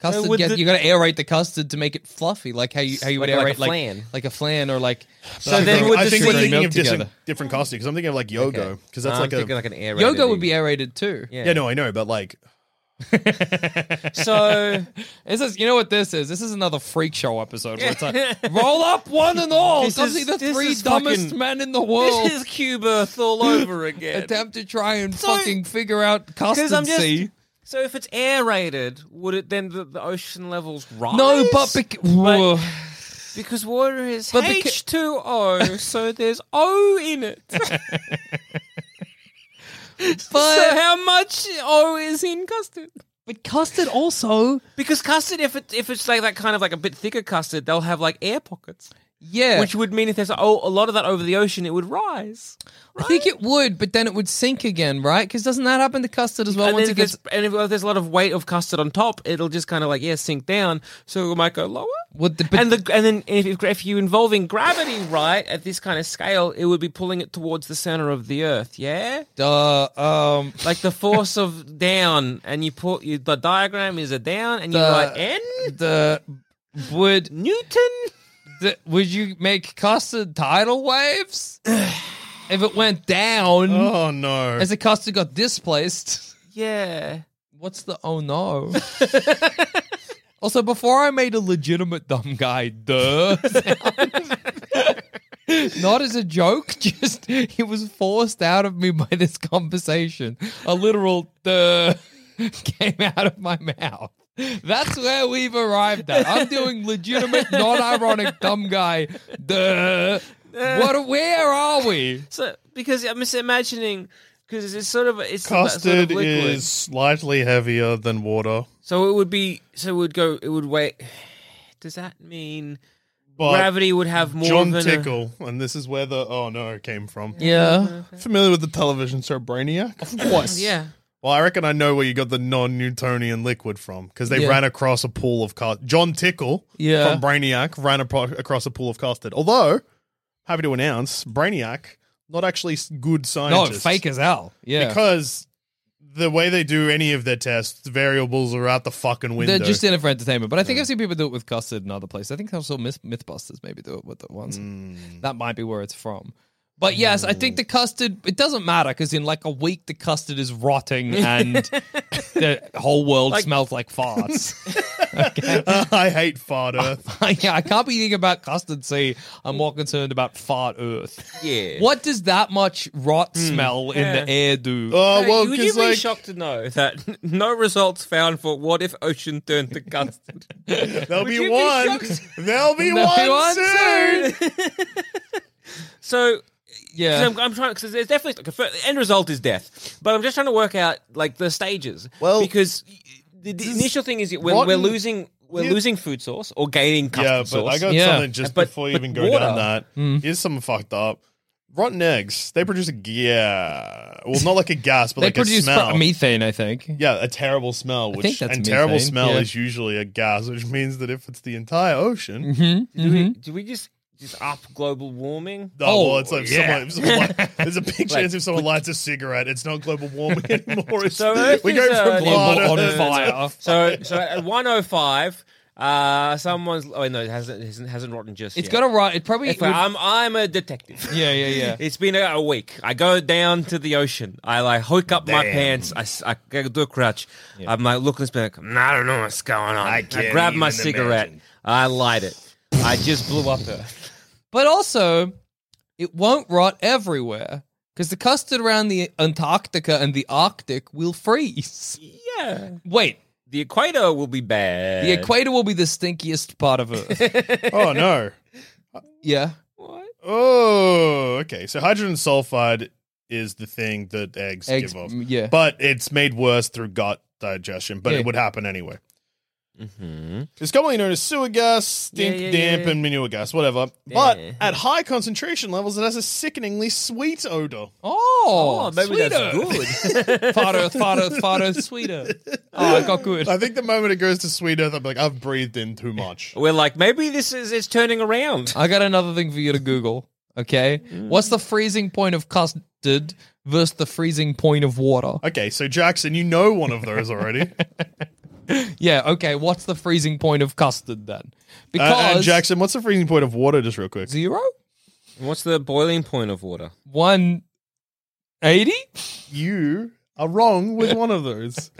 Custard
would
get,
the-
you got to aerate the custard to make it fluffy, like how you how you would
Like- like a
aerate like
flan.
like a flan or like.
So
I
then
think-
would
I
the
think
sugar
we're
and
thinking
milk
of different,
together.
different custard because I'm thinking of like yogo because that's
I'm
like
thinking
a.
like an air.
Yoga would be aerated too.
yeah, no, I know, but
*laughs*
like
So
This is, you know what this is? This is another freak show episode. Where it's
*laughs*
like, roll up one and all.
This
Come see
is-
the
this
three
is
dumbest
*laughs* fucking-
men in the world
this is Cube
*laughs*
Earth all over again.
attempt to try and
So-
fucking figure out custard
Because I'm just
sea.
so if it's aerated, would it then the, the ocean levels rise?
No, but bec-
Like- because water is
But beca-
H two O, so there's O
*laughs*
in it. so
but,
how much O is in custard?
but custard also.
Because custard, if it if it's like that kind of like a bit thicker custard, they'll have like air pockets,
Yeah,
which would mean if there's a, a lot of that over the ocean, it would rise. *laughs*
I think it would, but then it would sink again, right? Because doesn't that happen to custard as well?
and
once
then
it
if
gets,
there's, and if there's a lot of weight of custard on top, it'll just kind of like yeah sink down, so it might go lower.
Would the- but-
and the and then if, if- if you involving gravity right at this kind of scale, it would be pulling it towards the center of the earth. Yeah,
uh, um,
like the force of down, and you put you, the diagram is a down, and you
The-
write n
the would
Newton.
the, would you make custard tidal waves *sighs* if it went down
oh no.
as the custard got displaced? *laughs*
Yeah,
What's the oh no? *laughs* also, before I made a legitimate dumb guy, duh. *laughs* sound. Not as a joke, *laughs* just it was forced out of me by this conversation. A literal duh *laughs* came out of my mouth. That's where we've arrived at. I'm doing legitimate, non ironic dumb guy. Duh. What, where are we?
so because I'm just imagining. Because it's sort of it's about sort of
Custard
liquid.
is slightly heavier than water,
so it would be so it would go it would wait. Does that mean
but
gravity would have more uh,
John
than a-
Tickle, and this is where the oh no came from.
Yeah.
Familiar with the television show
*laughs*
Brainiac? Of course.
yeah.
Well, I reckon I know where you got the non-Newtonian liquid from because they
Yeah.
ran across a pool of custard. John Tickle
Yeah.
from Brainiac ran apro- across a pool of custard. Although, happy to announce, Brainiac not actually s- good
No,
scientist.
fake as hell. Yeah.
because the way they do any of their tests, variables are out the fucking window.
They're
*laughs*
just in it for entertainment. But I think I've seen people do it with custard in other places. I think also Myth- Mythbusters maybe do it with it once.
Mm.
That might be where it's from. But yes, I think the custard, it doesn't matter because in like a week, the custard is
*laughs*
rotting and the whole world smells like
*laughs*
farts. *laughs*
I hate fart Earth.
yeah, I can't be thinking about custard sea. I'm more concerned about fart earth.
Yeah.
What does that much rot smell in the air do? *laughs*
Hmm. Oh well,
would you
because
be
like
shocked to know that *laughs* no results found for what if ocean turned to custard?
there'll
you
be
be
one,
shocked?
there'll be
There'll be
one
one
soon. *laughs*
so. 'cause
yeah.
I'm, I'm trying because there's definitely like, the end result is death, but I'm just trying to work out like the stages.
Well,
because the, the initial thing is we're, we're
rotten-
losing we're
Yeah.
losing food source or gaining custard
Yeah, but
sauce.
I got
Yeah. Hmm.
something just
But-
before you
but
even go
water.
down that. Here's something fucked up. Rotten eggs. They produce a yeah. Well, not like a gas, but
They
like a
produce
smell.
methane, I think.
Yeah, a terrible smell. Which
think that's
and terrible
methane,
smell
yeah.
is usually a gas, which means that if it's the entire ocean,
Mm-hmm.
do, we, do we just just up global warming?
Oh, well,
Oh,
it's like
yeah.
someone, if someone li- there's a big chance if someone lights a cigarette, it's not global warming anymore. It's,
So
*laughs*
Earth
we
is,
go
uh,
from
Global
water
on
to- *laughs*
fire.
So so at 105, uh, someone's oh no, it hasn't it hasn't, hasn't rotten just.
It's
yet.
got to rot. It probably.
If I- I'm I'm a detective.
yeah,
*laughs*
yeah, yeah.
It's been a, a week. I go down to the ocean. I like hook up my pants. I s- I, go do a crouch. I'm like looking at this like, I don't know what's going on. I, grab my cigarette. I light it. I just blew up Earth.
But also, it won't rot everywhere because the custard around the Antarctica and the Arctic will freeze.
Yeah.
Wait,
The equator will be bad.
the equator will be the stinkiest part of
*laughs*
Earth.
Oh no.
yeah.
Oh, okay. So hydrogen sulfide is the thing that eggs,
Eggs,
give off.
mm, yeah.
But it's made worse through gut digestion, but
Yeah.
it would happen anyway.
Mm-hmm.
It's commonly known as sewer gas, stink,
Yeah, yeah,
damp,
yeah.
and manure gas, whatever. But
Yeah.
at high concentration levels, it has a sickeningly sweet odor.
Oh,
Oh, maybe
sweeter.
that's
*laughs*
good.
Far Earth, far Earth, far Earth, sweeter. Oh, I got good.
I think the moment it goes to sweet earth, I'm like, I've breathed in too much.
*laughs* We're like, maybe this is it's turning around.
I got another thing for you to Google. Okay,
Mm.
what's the freezing point of custard versus the freezing point of water?
Okay, so Jackson, you know one of those *laughs* already. Uh, And-
Yeah, okay. What's the freezing point of custard then? Because
Uh, and Jackson, what's the freezing point of water, just real quick?
zero
What's the boiling point of water?
one eighty.
You are wrong *laughs* with one of those.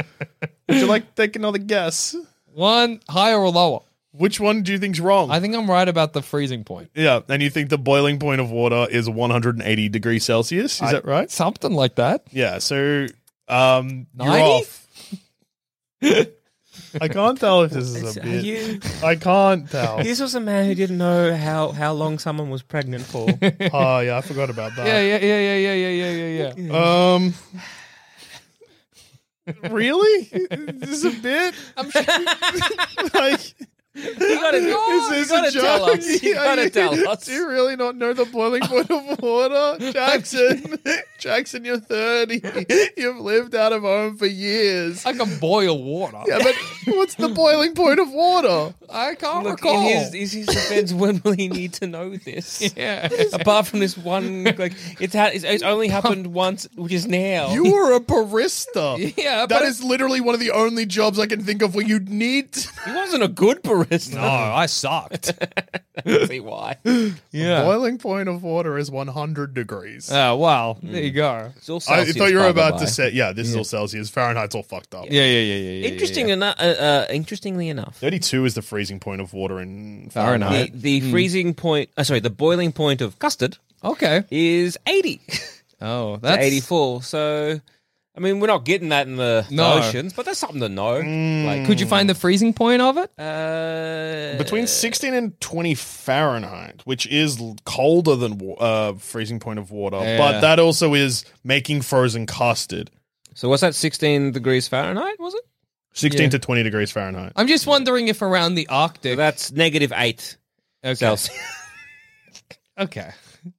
Would you like to take another guess?
One higher or lower?
Which one do you think's wrong?
I think I'm right about the freezing point.
yeah, and you think the boiling point of water is 180 degrees Celsius? Is that right?
Something like that.
Yeah, so um, you're
90?
off. I can't tell if this is a
Are
bit.
you-
I can't tell.
This was a man who didn't know how, how long someone was pregnant for.
oh yeah, I forgot about that.
Yeah, yeah, yeah, yeah, yeah, yeah, yeah, yeah, yeah.
Um. really? Is this a bit? I'm *laughs* like,
you
*laughs*
gotta,
is
you
this
gotta
a joke?
tell us.
*laughs*
You
Are
gotta tell us.
Do you really not know the boiling point of
*laughs*
water, Jackson? *laughs* Jackson, you're thirty. You've lived out of home for years.
I can boil water.
Yeah, but what's the boiling point of water?
I can't
Look, in
recall.
his, is
*laughs*
his defense, when will he need to know this?
yeah.
Apart from this one, like it's, ha- it's it's only happened once, which is now. *laughs*
You are a barista.
*laughs* Yeah,
that
but-
is literally one of the only jobs I can think of where you need. to-
he wasn't a good barista.
Oh, I
*laughs*
sucked.
See why?
yeah.
Boiling point of water is 100 degrees.
Oh, wow.
Hmm.
There you go.
It's all
I
Celsius,
thought you were
by the
about
way.
to say, yeah, this is all Celsius. Fahrenheit's all fucked up.
Yeah, yeah, yeah, yeah. yeah, yeah,
Interesting enough. Uh, uh, interestingly enough,
32 is the freezing point of water in
Fahrenheit.
the, the freezing point. Uh, sorry, the boiling point of custard
yeah. Okay.
is
*laughs*
eighty.
Oh, that's
Eighty-four. So, I mean, we're not getting that in the, the
No.
oceans, but that's something to know.
Mm.
Like,
Could you find the freezing point of it?
uh,
Between 16 and 20 Fahrenheit, which is l- colder than wa- uh, freezing point of water, but
Yeah.
that also is making frozen custard.
so what's that? Sixteen degrees Fahrenheit was it?
16
Yeah.
to 20 degrees Fahrenheit.
I'm just wondering if around the Arctic.
So that's negative eight
okay.
Celsius.
*laughs* Okay.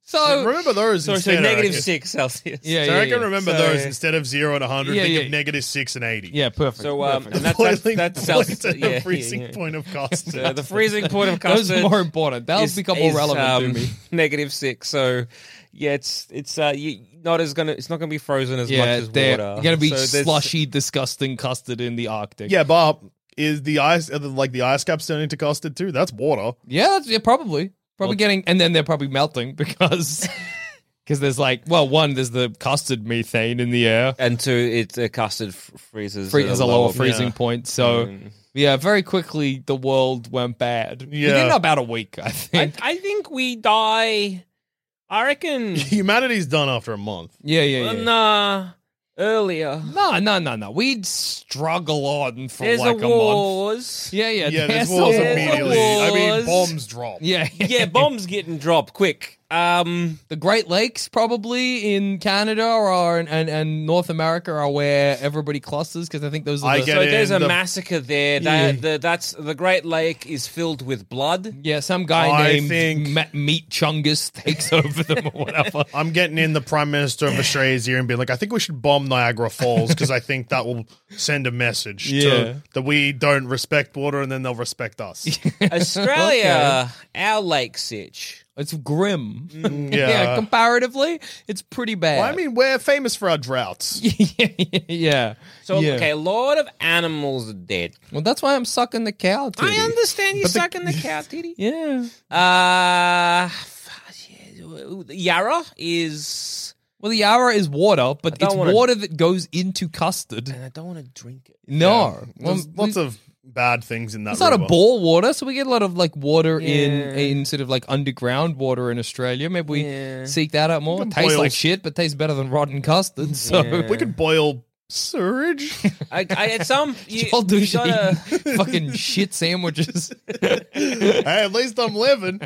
So
remember those.
Oh, Sorry, so
instead, I
negative
reckon.
six Celsius.
yeah,
So
yeah,
I can
yeah.
remember
So-
those instead of 0 and 100,
Yeah,
think
yeah.
of negative 6 and 80. *laughs*
Yeah, perfect.
So um,
perfect.
and that's that's,
Boiling *laughs*
that's
point
Celsius.
and
Yeah, yeah,
the freezing
yeah.
point of custard.
*laughs*
*laughs*
So the freezing point
*laughs*
of
those
*laughs* custard.
are more important. That'll
is-
become more
is,
relevant
um,
to me.
*laughs* Negative six. So yeah, it's it's uh you, not as gonna it's not gonna be frozen as much
Yeah,
as
they're
water.
gonna be
So there's-
slushy, disgusting custard in the Arctic.
Yeah, Bob, is the ice are the- like the ice caps turning to custard too? That's water. *laughs*
yeah, that's, yeah, probably, probably getting, and then they're probably melting *laughs*
*laughs*
because because there's like, well, one, there's the custard methane in the air,
And two, it uh, custard f- freezes.
free,
at
is a lower
point.
freezing point. So
Mm.
yeah, very quickly the world went bad.
Yeah.
within about a week, I
I,
think.
I think we die. I reckon.
Humanity's done after a month.
yeah, yeah, yeah.
uh, nah, earlier.
No, no, no, no. We'd struggle on for
There's
like
a
a, month.
wars.
Yeah, yeah.
Yeah, this
there's
was
a war.
immediately. I mean,
Wars.
bombs drop.
Yeah,
yeah, bombs getting dropped quick. Um,
the Great Lakes probably in Canada or in, and and North America are where everybody clusters because I think those are
I
the,
get
so
it.
there's a
the-
massacre there. That, the, that's the Great Lake is filled
*laughs*
with blood.
Yeah, some guy
I
named
think-
Ma- Meat Chungus takes *laughs* over them or whatever.
I'm getting in the Prime Minister of Australia's ear and being like, I think we should bomb Niagara Falls because I think that will send a message
*laughs* Yeah.
to, that we don't respect water and then they'll
*laughs*
respect us.
Australia, our lake sitch.
It's grim.
yeah.
comparatively, it's pretty bad.
Well, I mean, we're famous for our droughts.
*laughs* yeah.
So
yeah.
okay, a lot of animals are dead.
Well, that's why I'm sucking the cow. Titty.
I understand you sucking *laughs* the cow titty.
Yeah.
Uh fuck, yeah. Yarra is
Well, the Yarra is water, but
don't
it's
wanna-
water that goes into custard.
and I don't want to drink it.
No. Well,
There's lots of bad things in that.
It's not a
river.
bore water, so we get a lot of like water in
Yeah.
in sort of like underground water in Australia. Maybe we
Yeah.
seek that out more.
Even
tastes like
boils.
shit, but tastes better than rotten custard. So
We could boil
*laughs*
sewage.
I, I, at some you,
all do
you
shit,
gotta,
eating *laughs* fucking shit
*laughs*
sandwiches.
hey, at least I'm living.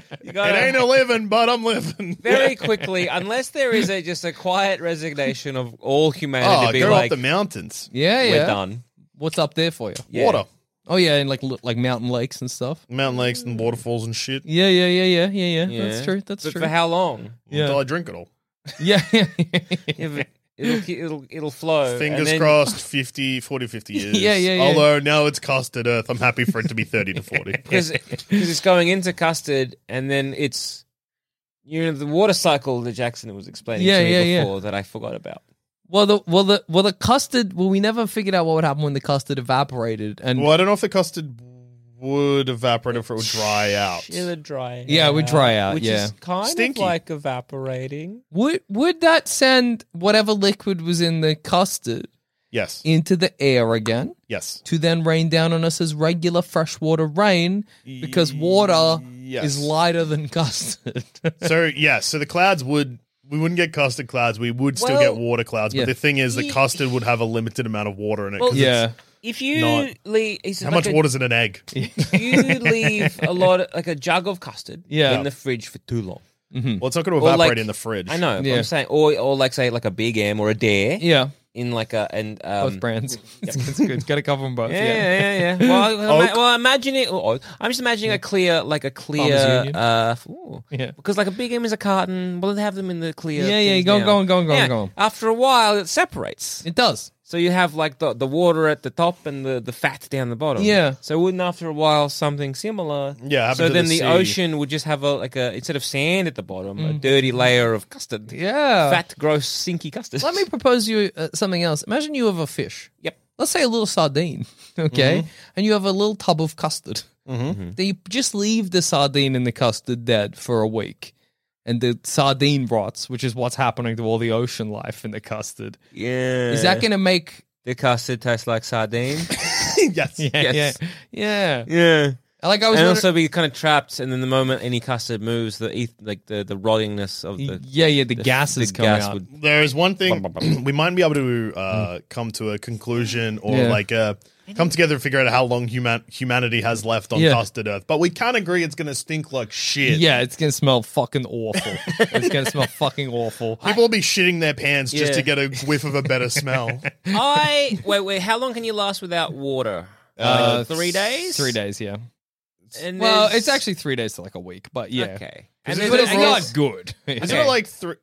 it
gotta-
ain't a living, but I'm living.
*laughs*
very quickly, unless there is a just a quiet resignation of all humanity
oh,
to be
go
like,
up the mountains.
Yeah,
we're
yeah.
done.
What's up there for you?
Yeah.
Water,
Oh yeah, and like l- like mountain lakes and stuff.
mountain lakes, and waterfalls and shit.
Yeah, yeah, yeah, yeah, yeah, yeah. That's
Yeah.
true. That's
but
true.
for how long?
Until I drink it all.
yeah, *laughs* yeah, yeah,
*laughs*
If it- it'll, ke- it'll, it'll flow. Oh, and
Fingers
then-
crossed, 50,
*laughs*
40, 50 years.
Yeah, yeah, yeah.
Although now it's custard earth. I'm happy for it to be 30
*laughs*
to 40.
Because it's going into custard and then it's, you know, the water cycle that Jackson was explaining
Yeah,
to me
yeah, yeah.
before that I forgot about.
Well, the well the well the custard. Well, we never figured out what would happen when the custard evaporated, and
well, I don't know if the custard would evaporate if it would dry out.
It would dry.
Yeah, it would dry out,
Which
yeah.
is kind
Stinky.
of like evaporating.
would would that send whatever liquid was in the custard
Yes.
into the air again
Yes.
to then rain down on us as regular freshwater rain because water
Yes.
is lighter than custard.
So, yes. So the clouds would. We wouldn't get custard clouds. We would still
Well,
get water clouds. But
yeah.
the thing is, the
Ye-
custard would have a limited amount of water in it.
Well,
*laughs*
'cause
yeah.
it's-
If you
Not-
leave, it's
How
like
much
a-
water's in
*laughs*
an egg?
Mm.
*laughs*
you leave a lot, of, like a jug of custard,
Yeah.
in the fridge for too long.
Well, it's not going to
Or
evaporate
like-
in the fridge.
I know. but
Yeah.
I'm saying, or or like say like a Big M or a Dare
Yeah.
in like a and
Both
um,
brands. It's, it's good. It's got to cover them both.
Yeah,
Yeah.
yeah, yeah. *laughs* yeah. Well, I-
Oak.
I- well, imagine it. oh, oh, I'm just imagining a clear, like a clear.
Farmers Union.
Uh, f- ooh.
Yeah.
Because like a big M is a carton. Well, they have them in the clear.
Yeah, yeah,
things
go on,
now.
go on, go on, go on,
Yeah,
go on.
After a while, it separates.
It does.
So you have like the the water at the top and the, the fat down the bottom.
Yeah.
So wouldn't after a while something similar?
Yeah, happened
So
to
then
the
the,
sea.
ocean would just have a like a instead of sand at the bottom, a dirty layer of custard.
Mm-hmm. Yeah.
Fat, gross, sinky custard.
*laughs* Let me propose you uh, something else. Imagine you have a fish.
Yep. Mm-hmm.
Let's say a little sardine, *laughs* okay? And you have a little tub of custard. Mm-hmm. Then you just leave the sardine in the custard dead for a week. And the sardine rots, which is what's happening to all the ocean life in the custard.
*laughs* Yeah.
Is that going to make.
the custard tastes
*laughs*
like sardine?
*laughs* yes.
Yes.
Yeah. Yeah.
yeah.
Like I was wondering-
and also be kind of trapped, and then the moment any custard moves, the eth- like the the rottingness of the
yeah, yeah, the, gas
the
is coming
gas
out. *laughs*
would
There is one thing we might be able to uh, come to a conclusion or
Mm. Yeah.
like uh, come together and figure out how long human- humanity has left on
Yeah.
custard Earth. But we can agree it's going to stink like shit.
Yeah, it's gonna smell fucking
*laughs*
awful. it's gonna smell fucking awful.
People will be shitting their pants just
Yeah.
to get a whiff of a better
*laughs*
smell.
I wait, wait. How long can you last without water? Uh, three days.
Three days, yeah.
And
Well,
there's-
it's actually three days to like a week, but yeah.
okay.
And
Is it
but
the
it's
overall-
not good. *laughs*
Isn't it like three?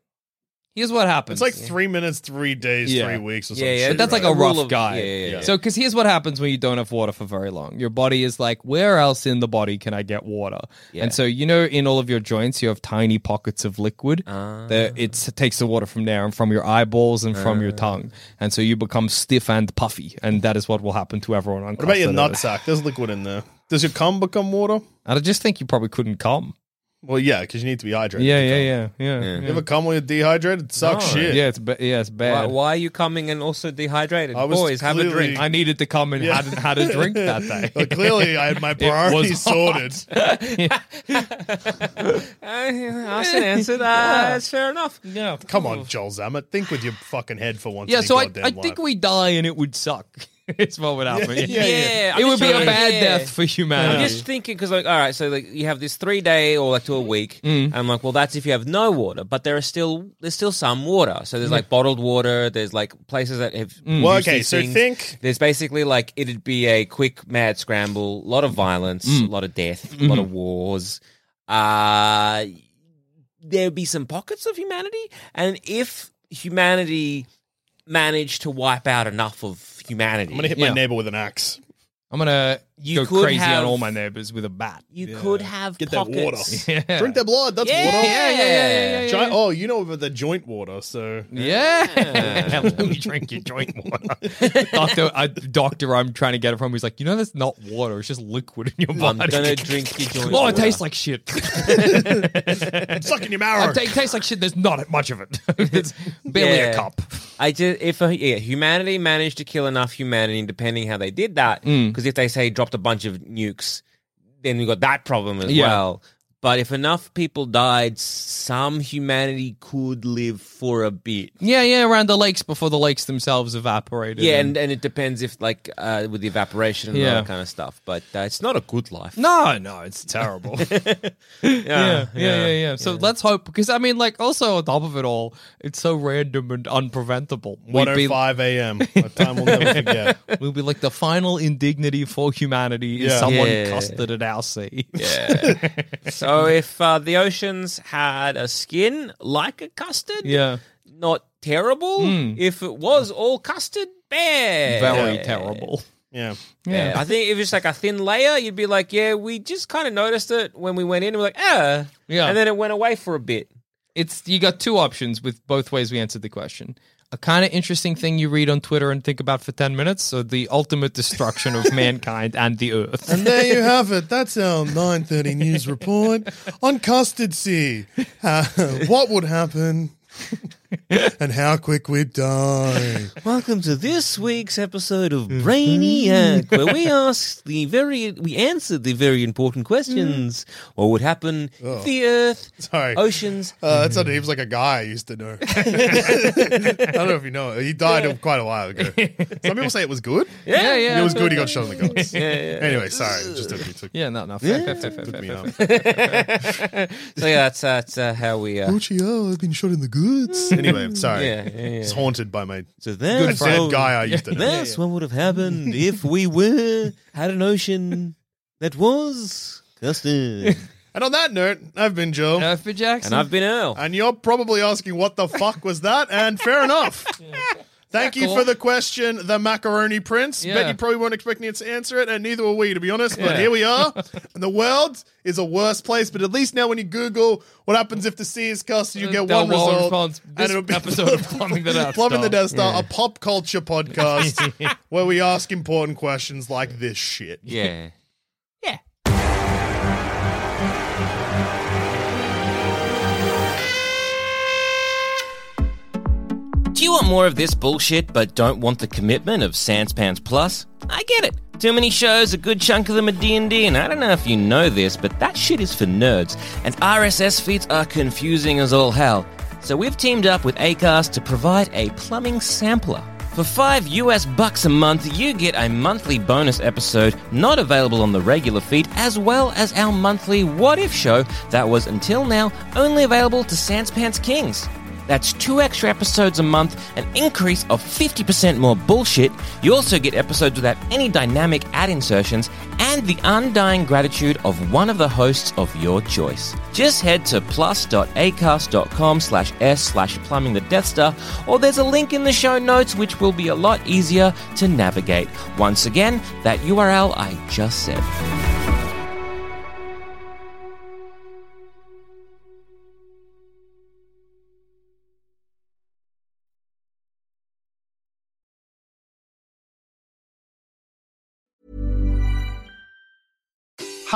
here's what happens.
It's like three minutes, three days,
Yeah.
three weeks, or
Yeah,
something.
yeah,
But that's like
Right.
a
A rule
rough
of-
guy.
yeah, yeah, yeah.
So, because here's what happens when you don't have water for very long. Your body is like, where else in the body can I get water?
Yeah.
And so, you know, in all of your joints, you have tiny pockets of liquid.
Ah.
Ah.
that it's, it takes the water from there and from your eyeballs and from
Ah.
your tongue. And so you become stiff and puffy. And that is what will happen to everyone on
What about your
Costa Rica.
nutsack? There's liquid in there. Does your cum become water?
And I just think you probably couldn't come.
Well, yeah, because you need to be hydrated.
Yeah,
to
yeah,
cum.
yeah, yeah. Yeah,
You ever cum when you're dehydrated? It sucks
No.
shit. *laughs*
yeah it's, ba- yeah, it's
Why,
bad.
why are you coming and also dehydrated?
I was
Boys, have a *laughs*
clearly-
drink.
I needed to come and hadn't had a drink
*laughs*
that day.
But
*laughs*
clearly, I
*laughs*
had my priorities sorted.
Austin answered. Uh, That's fair enough.
yeah.
Come on, Joel Zammett. Think with your fucking head for once.
Yeah,
in
so I,
your goddamn
I
life.
think we die and it would
*laughs*
suck. it's what would happen.
Yeah, yeah.
It would be a bad
death
death
for.
for humanity.
I'm just thinking because, like, all right, so like you have this three day or like to a week, and I'm like, well, that's if you have no water, but there are still there's still some water. So there's like bottled water. There's like places that have.
Well,
produced
okay,
these
so
things.
think-
there's basically like it'd be a quick mad scramble, a lot of violence,
Mm.
a lot of death,
Mm-hmm.
a lot of wars. Uh there'd be some pockets of humanity, and if humanity managed to wipe out enough of humanity,
I'm gonna hit
Yeah.
my neighbor with an axe.
I'm gonna
You
go
could
crazy
have-
on all my neighbors with a bat.
you could have
Get that
pockets.
water.
Yeah.
Drink their blood. That's
Yeah.
water.
Yeah, yeah, yeah,
yeah,
Gi- oh, you know about the joint
*laughs*
water. So
Yeah, *laughs* let me drink your
*laughs*
joint water, doctor. I, doctor, I'm trying to get it from. He's like, you know, that's not water; it's just liquid in your
I'm
body. *laughs*
gonna drink your joint.
oh, it
water.
tastes like
*laughs*
shit.
suck in your
I
marrow.
ta- it tastes like shit. There's not much of it. *laughs* it's barely
Yeah.
a cup.
I just if uh, yeah, humanity managed to kill enough humanity, depending how they did that,
Mm.
because if they say dropped a bunch of nukes, then we got that problem as
Yeah.
well. But if enough people died, some humanity could live for a bit.
Yeah, yeah, around the lakes before the lakes themselves evaporated.
Yeah, and, and it depends if like uh, with the evaporation and all
Yeah.
that kind of stuff. But uh, it's not a good life.
no, no, it's
*laughs*
terrible. yeah, yeah, yeah, yeah, So let's hope because I mean, like, also on top of it all, it's so random and unpreventable. We'd be,
105 a.m. oh A time we'll never
*laughs*
forget.
we'd be like the final indignity for humanity is
Yeah.
someone
Yeah.
custard at our sea.
So if uh, the oceans had a skin like a custard,
*laughs* yeah.
not terrible.
Hmm.
If it was all custard, bad.
*laughs* very terrible.
Yeah.
Yeah. I think if it's like a thin layer, you'd be like, yeah, we just kind of noticed it when we went in. We're like, ah.
Yeah.
And then it went away for a bit.
It's you got two options with both ways we answered the question. A kind of interesting thing you read on Twitter and think about for ten minutes, or the ultimate destruction *laughs* of mankind and the earth.
*laughs* And there you have it. That's our 9:30 news report on custard sea. Uh, *laughs* what would happen *laughs* and how quick we'd die.
Welcome to this week's episode of Brainiac, where we asked the very, we answered the very important questions. What would happen if the Earth,
*laughs* Sorry.
oceans,
Uh, that sounded he was like a guy I used to know. *laughs* I don't know if you know. He died quite a while ago. Some people say it was good.
yeah,
It
yeah,
was good. He got shot in the *laughs* guts. Anyway, sorry. Just took, it took,
yeah. No, no, fair, fair, fair, fair,
took
fair,
me
fair.
out.
So yeah, that's that's uh, how we. Uh,
Gucci, oh, I've been shot in the goods. Anyway, sorry.
yeah, yeah, yeah.
It's haunted by my
So
good
that's
friend
what-
guy I used to know.
That's what would have happened if we were had an ocean that was custard.
And on that note, I've been Joe.
Uh, for Jackson,
and I've been Earl.
And you're probably asking, what the fuck was that? And fair
*laughs*
enough. Thank you
Cool.
for the question, the macaroni prince.
Yeah.
Bet you probably weren't expecting it to answer it, and neither were we, to be honest. But
Yeah.
here we
*laughs*
are. and the world is a worse place. But at least now, when you Google what happens if the sea is custard, you
Uh,
get
that
one
was our
result.
response
and
this
it'll be
episode
*laughs*
of Plumbing the Death
Plumbing the
Star.
Death Star, a pop culture
*laughs*
podcast where we ask important questions like this shit.
Yeah. Do you want more of this bullshit but don't want the commitment of Sanspans Plus? I get it. Too many shows, a good chunk of them are D&D, and I don't know if you know this, but that shit is for nerds, and RSS feeds are confusing as all hell. So we've teamed up with Acast to provide a plumbing sampler. For 5 US bucks a month, you get a monthly bonus episode not available on the regular feed as well as our monthly What If show that was until now only available to Sanspants Kings. That's two extra episodes a month, an increase of 50% more bullshit. You also get episodes without any dynamic ad insertions, and the undying gratitude of one of the hosts of your choice. Just head to plus.acast.com slash s slash plumbing the Death Star, or there's a link in the show notes which will be a lot easier to navigate. Once again, that URL I just said.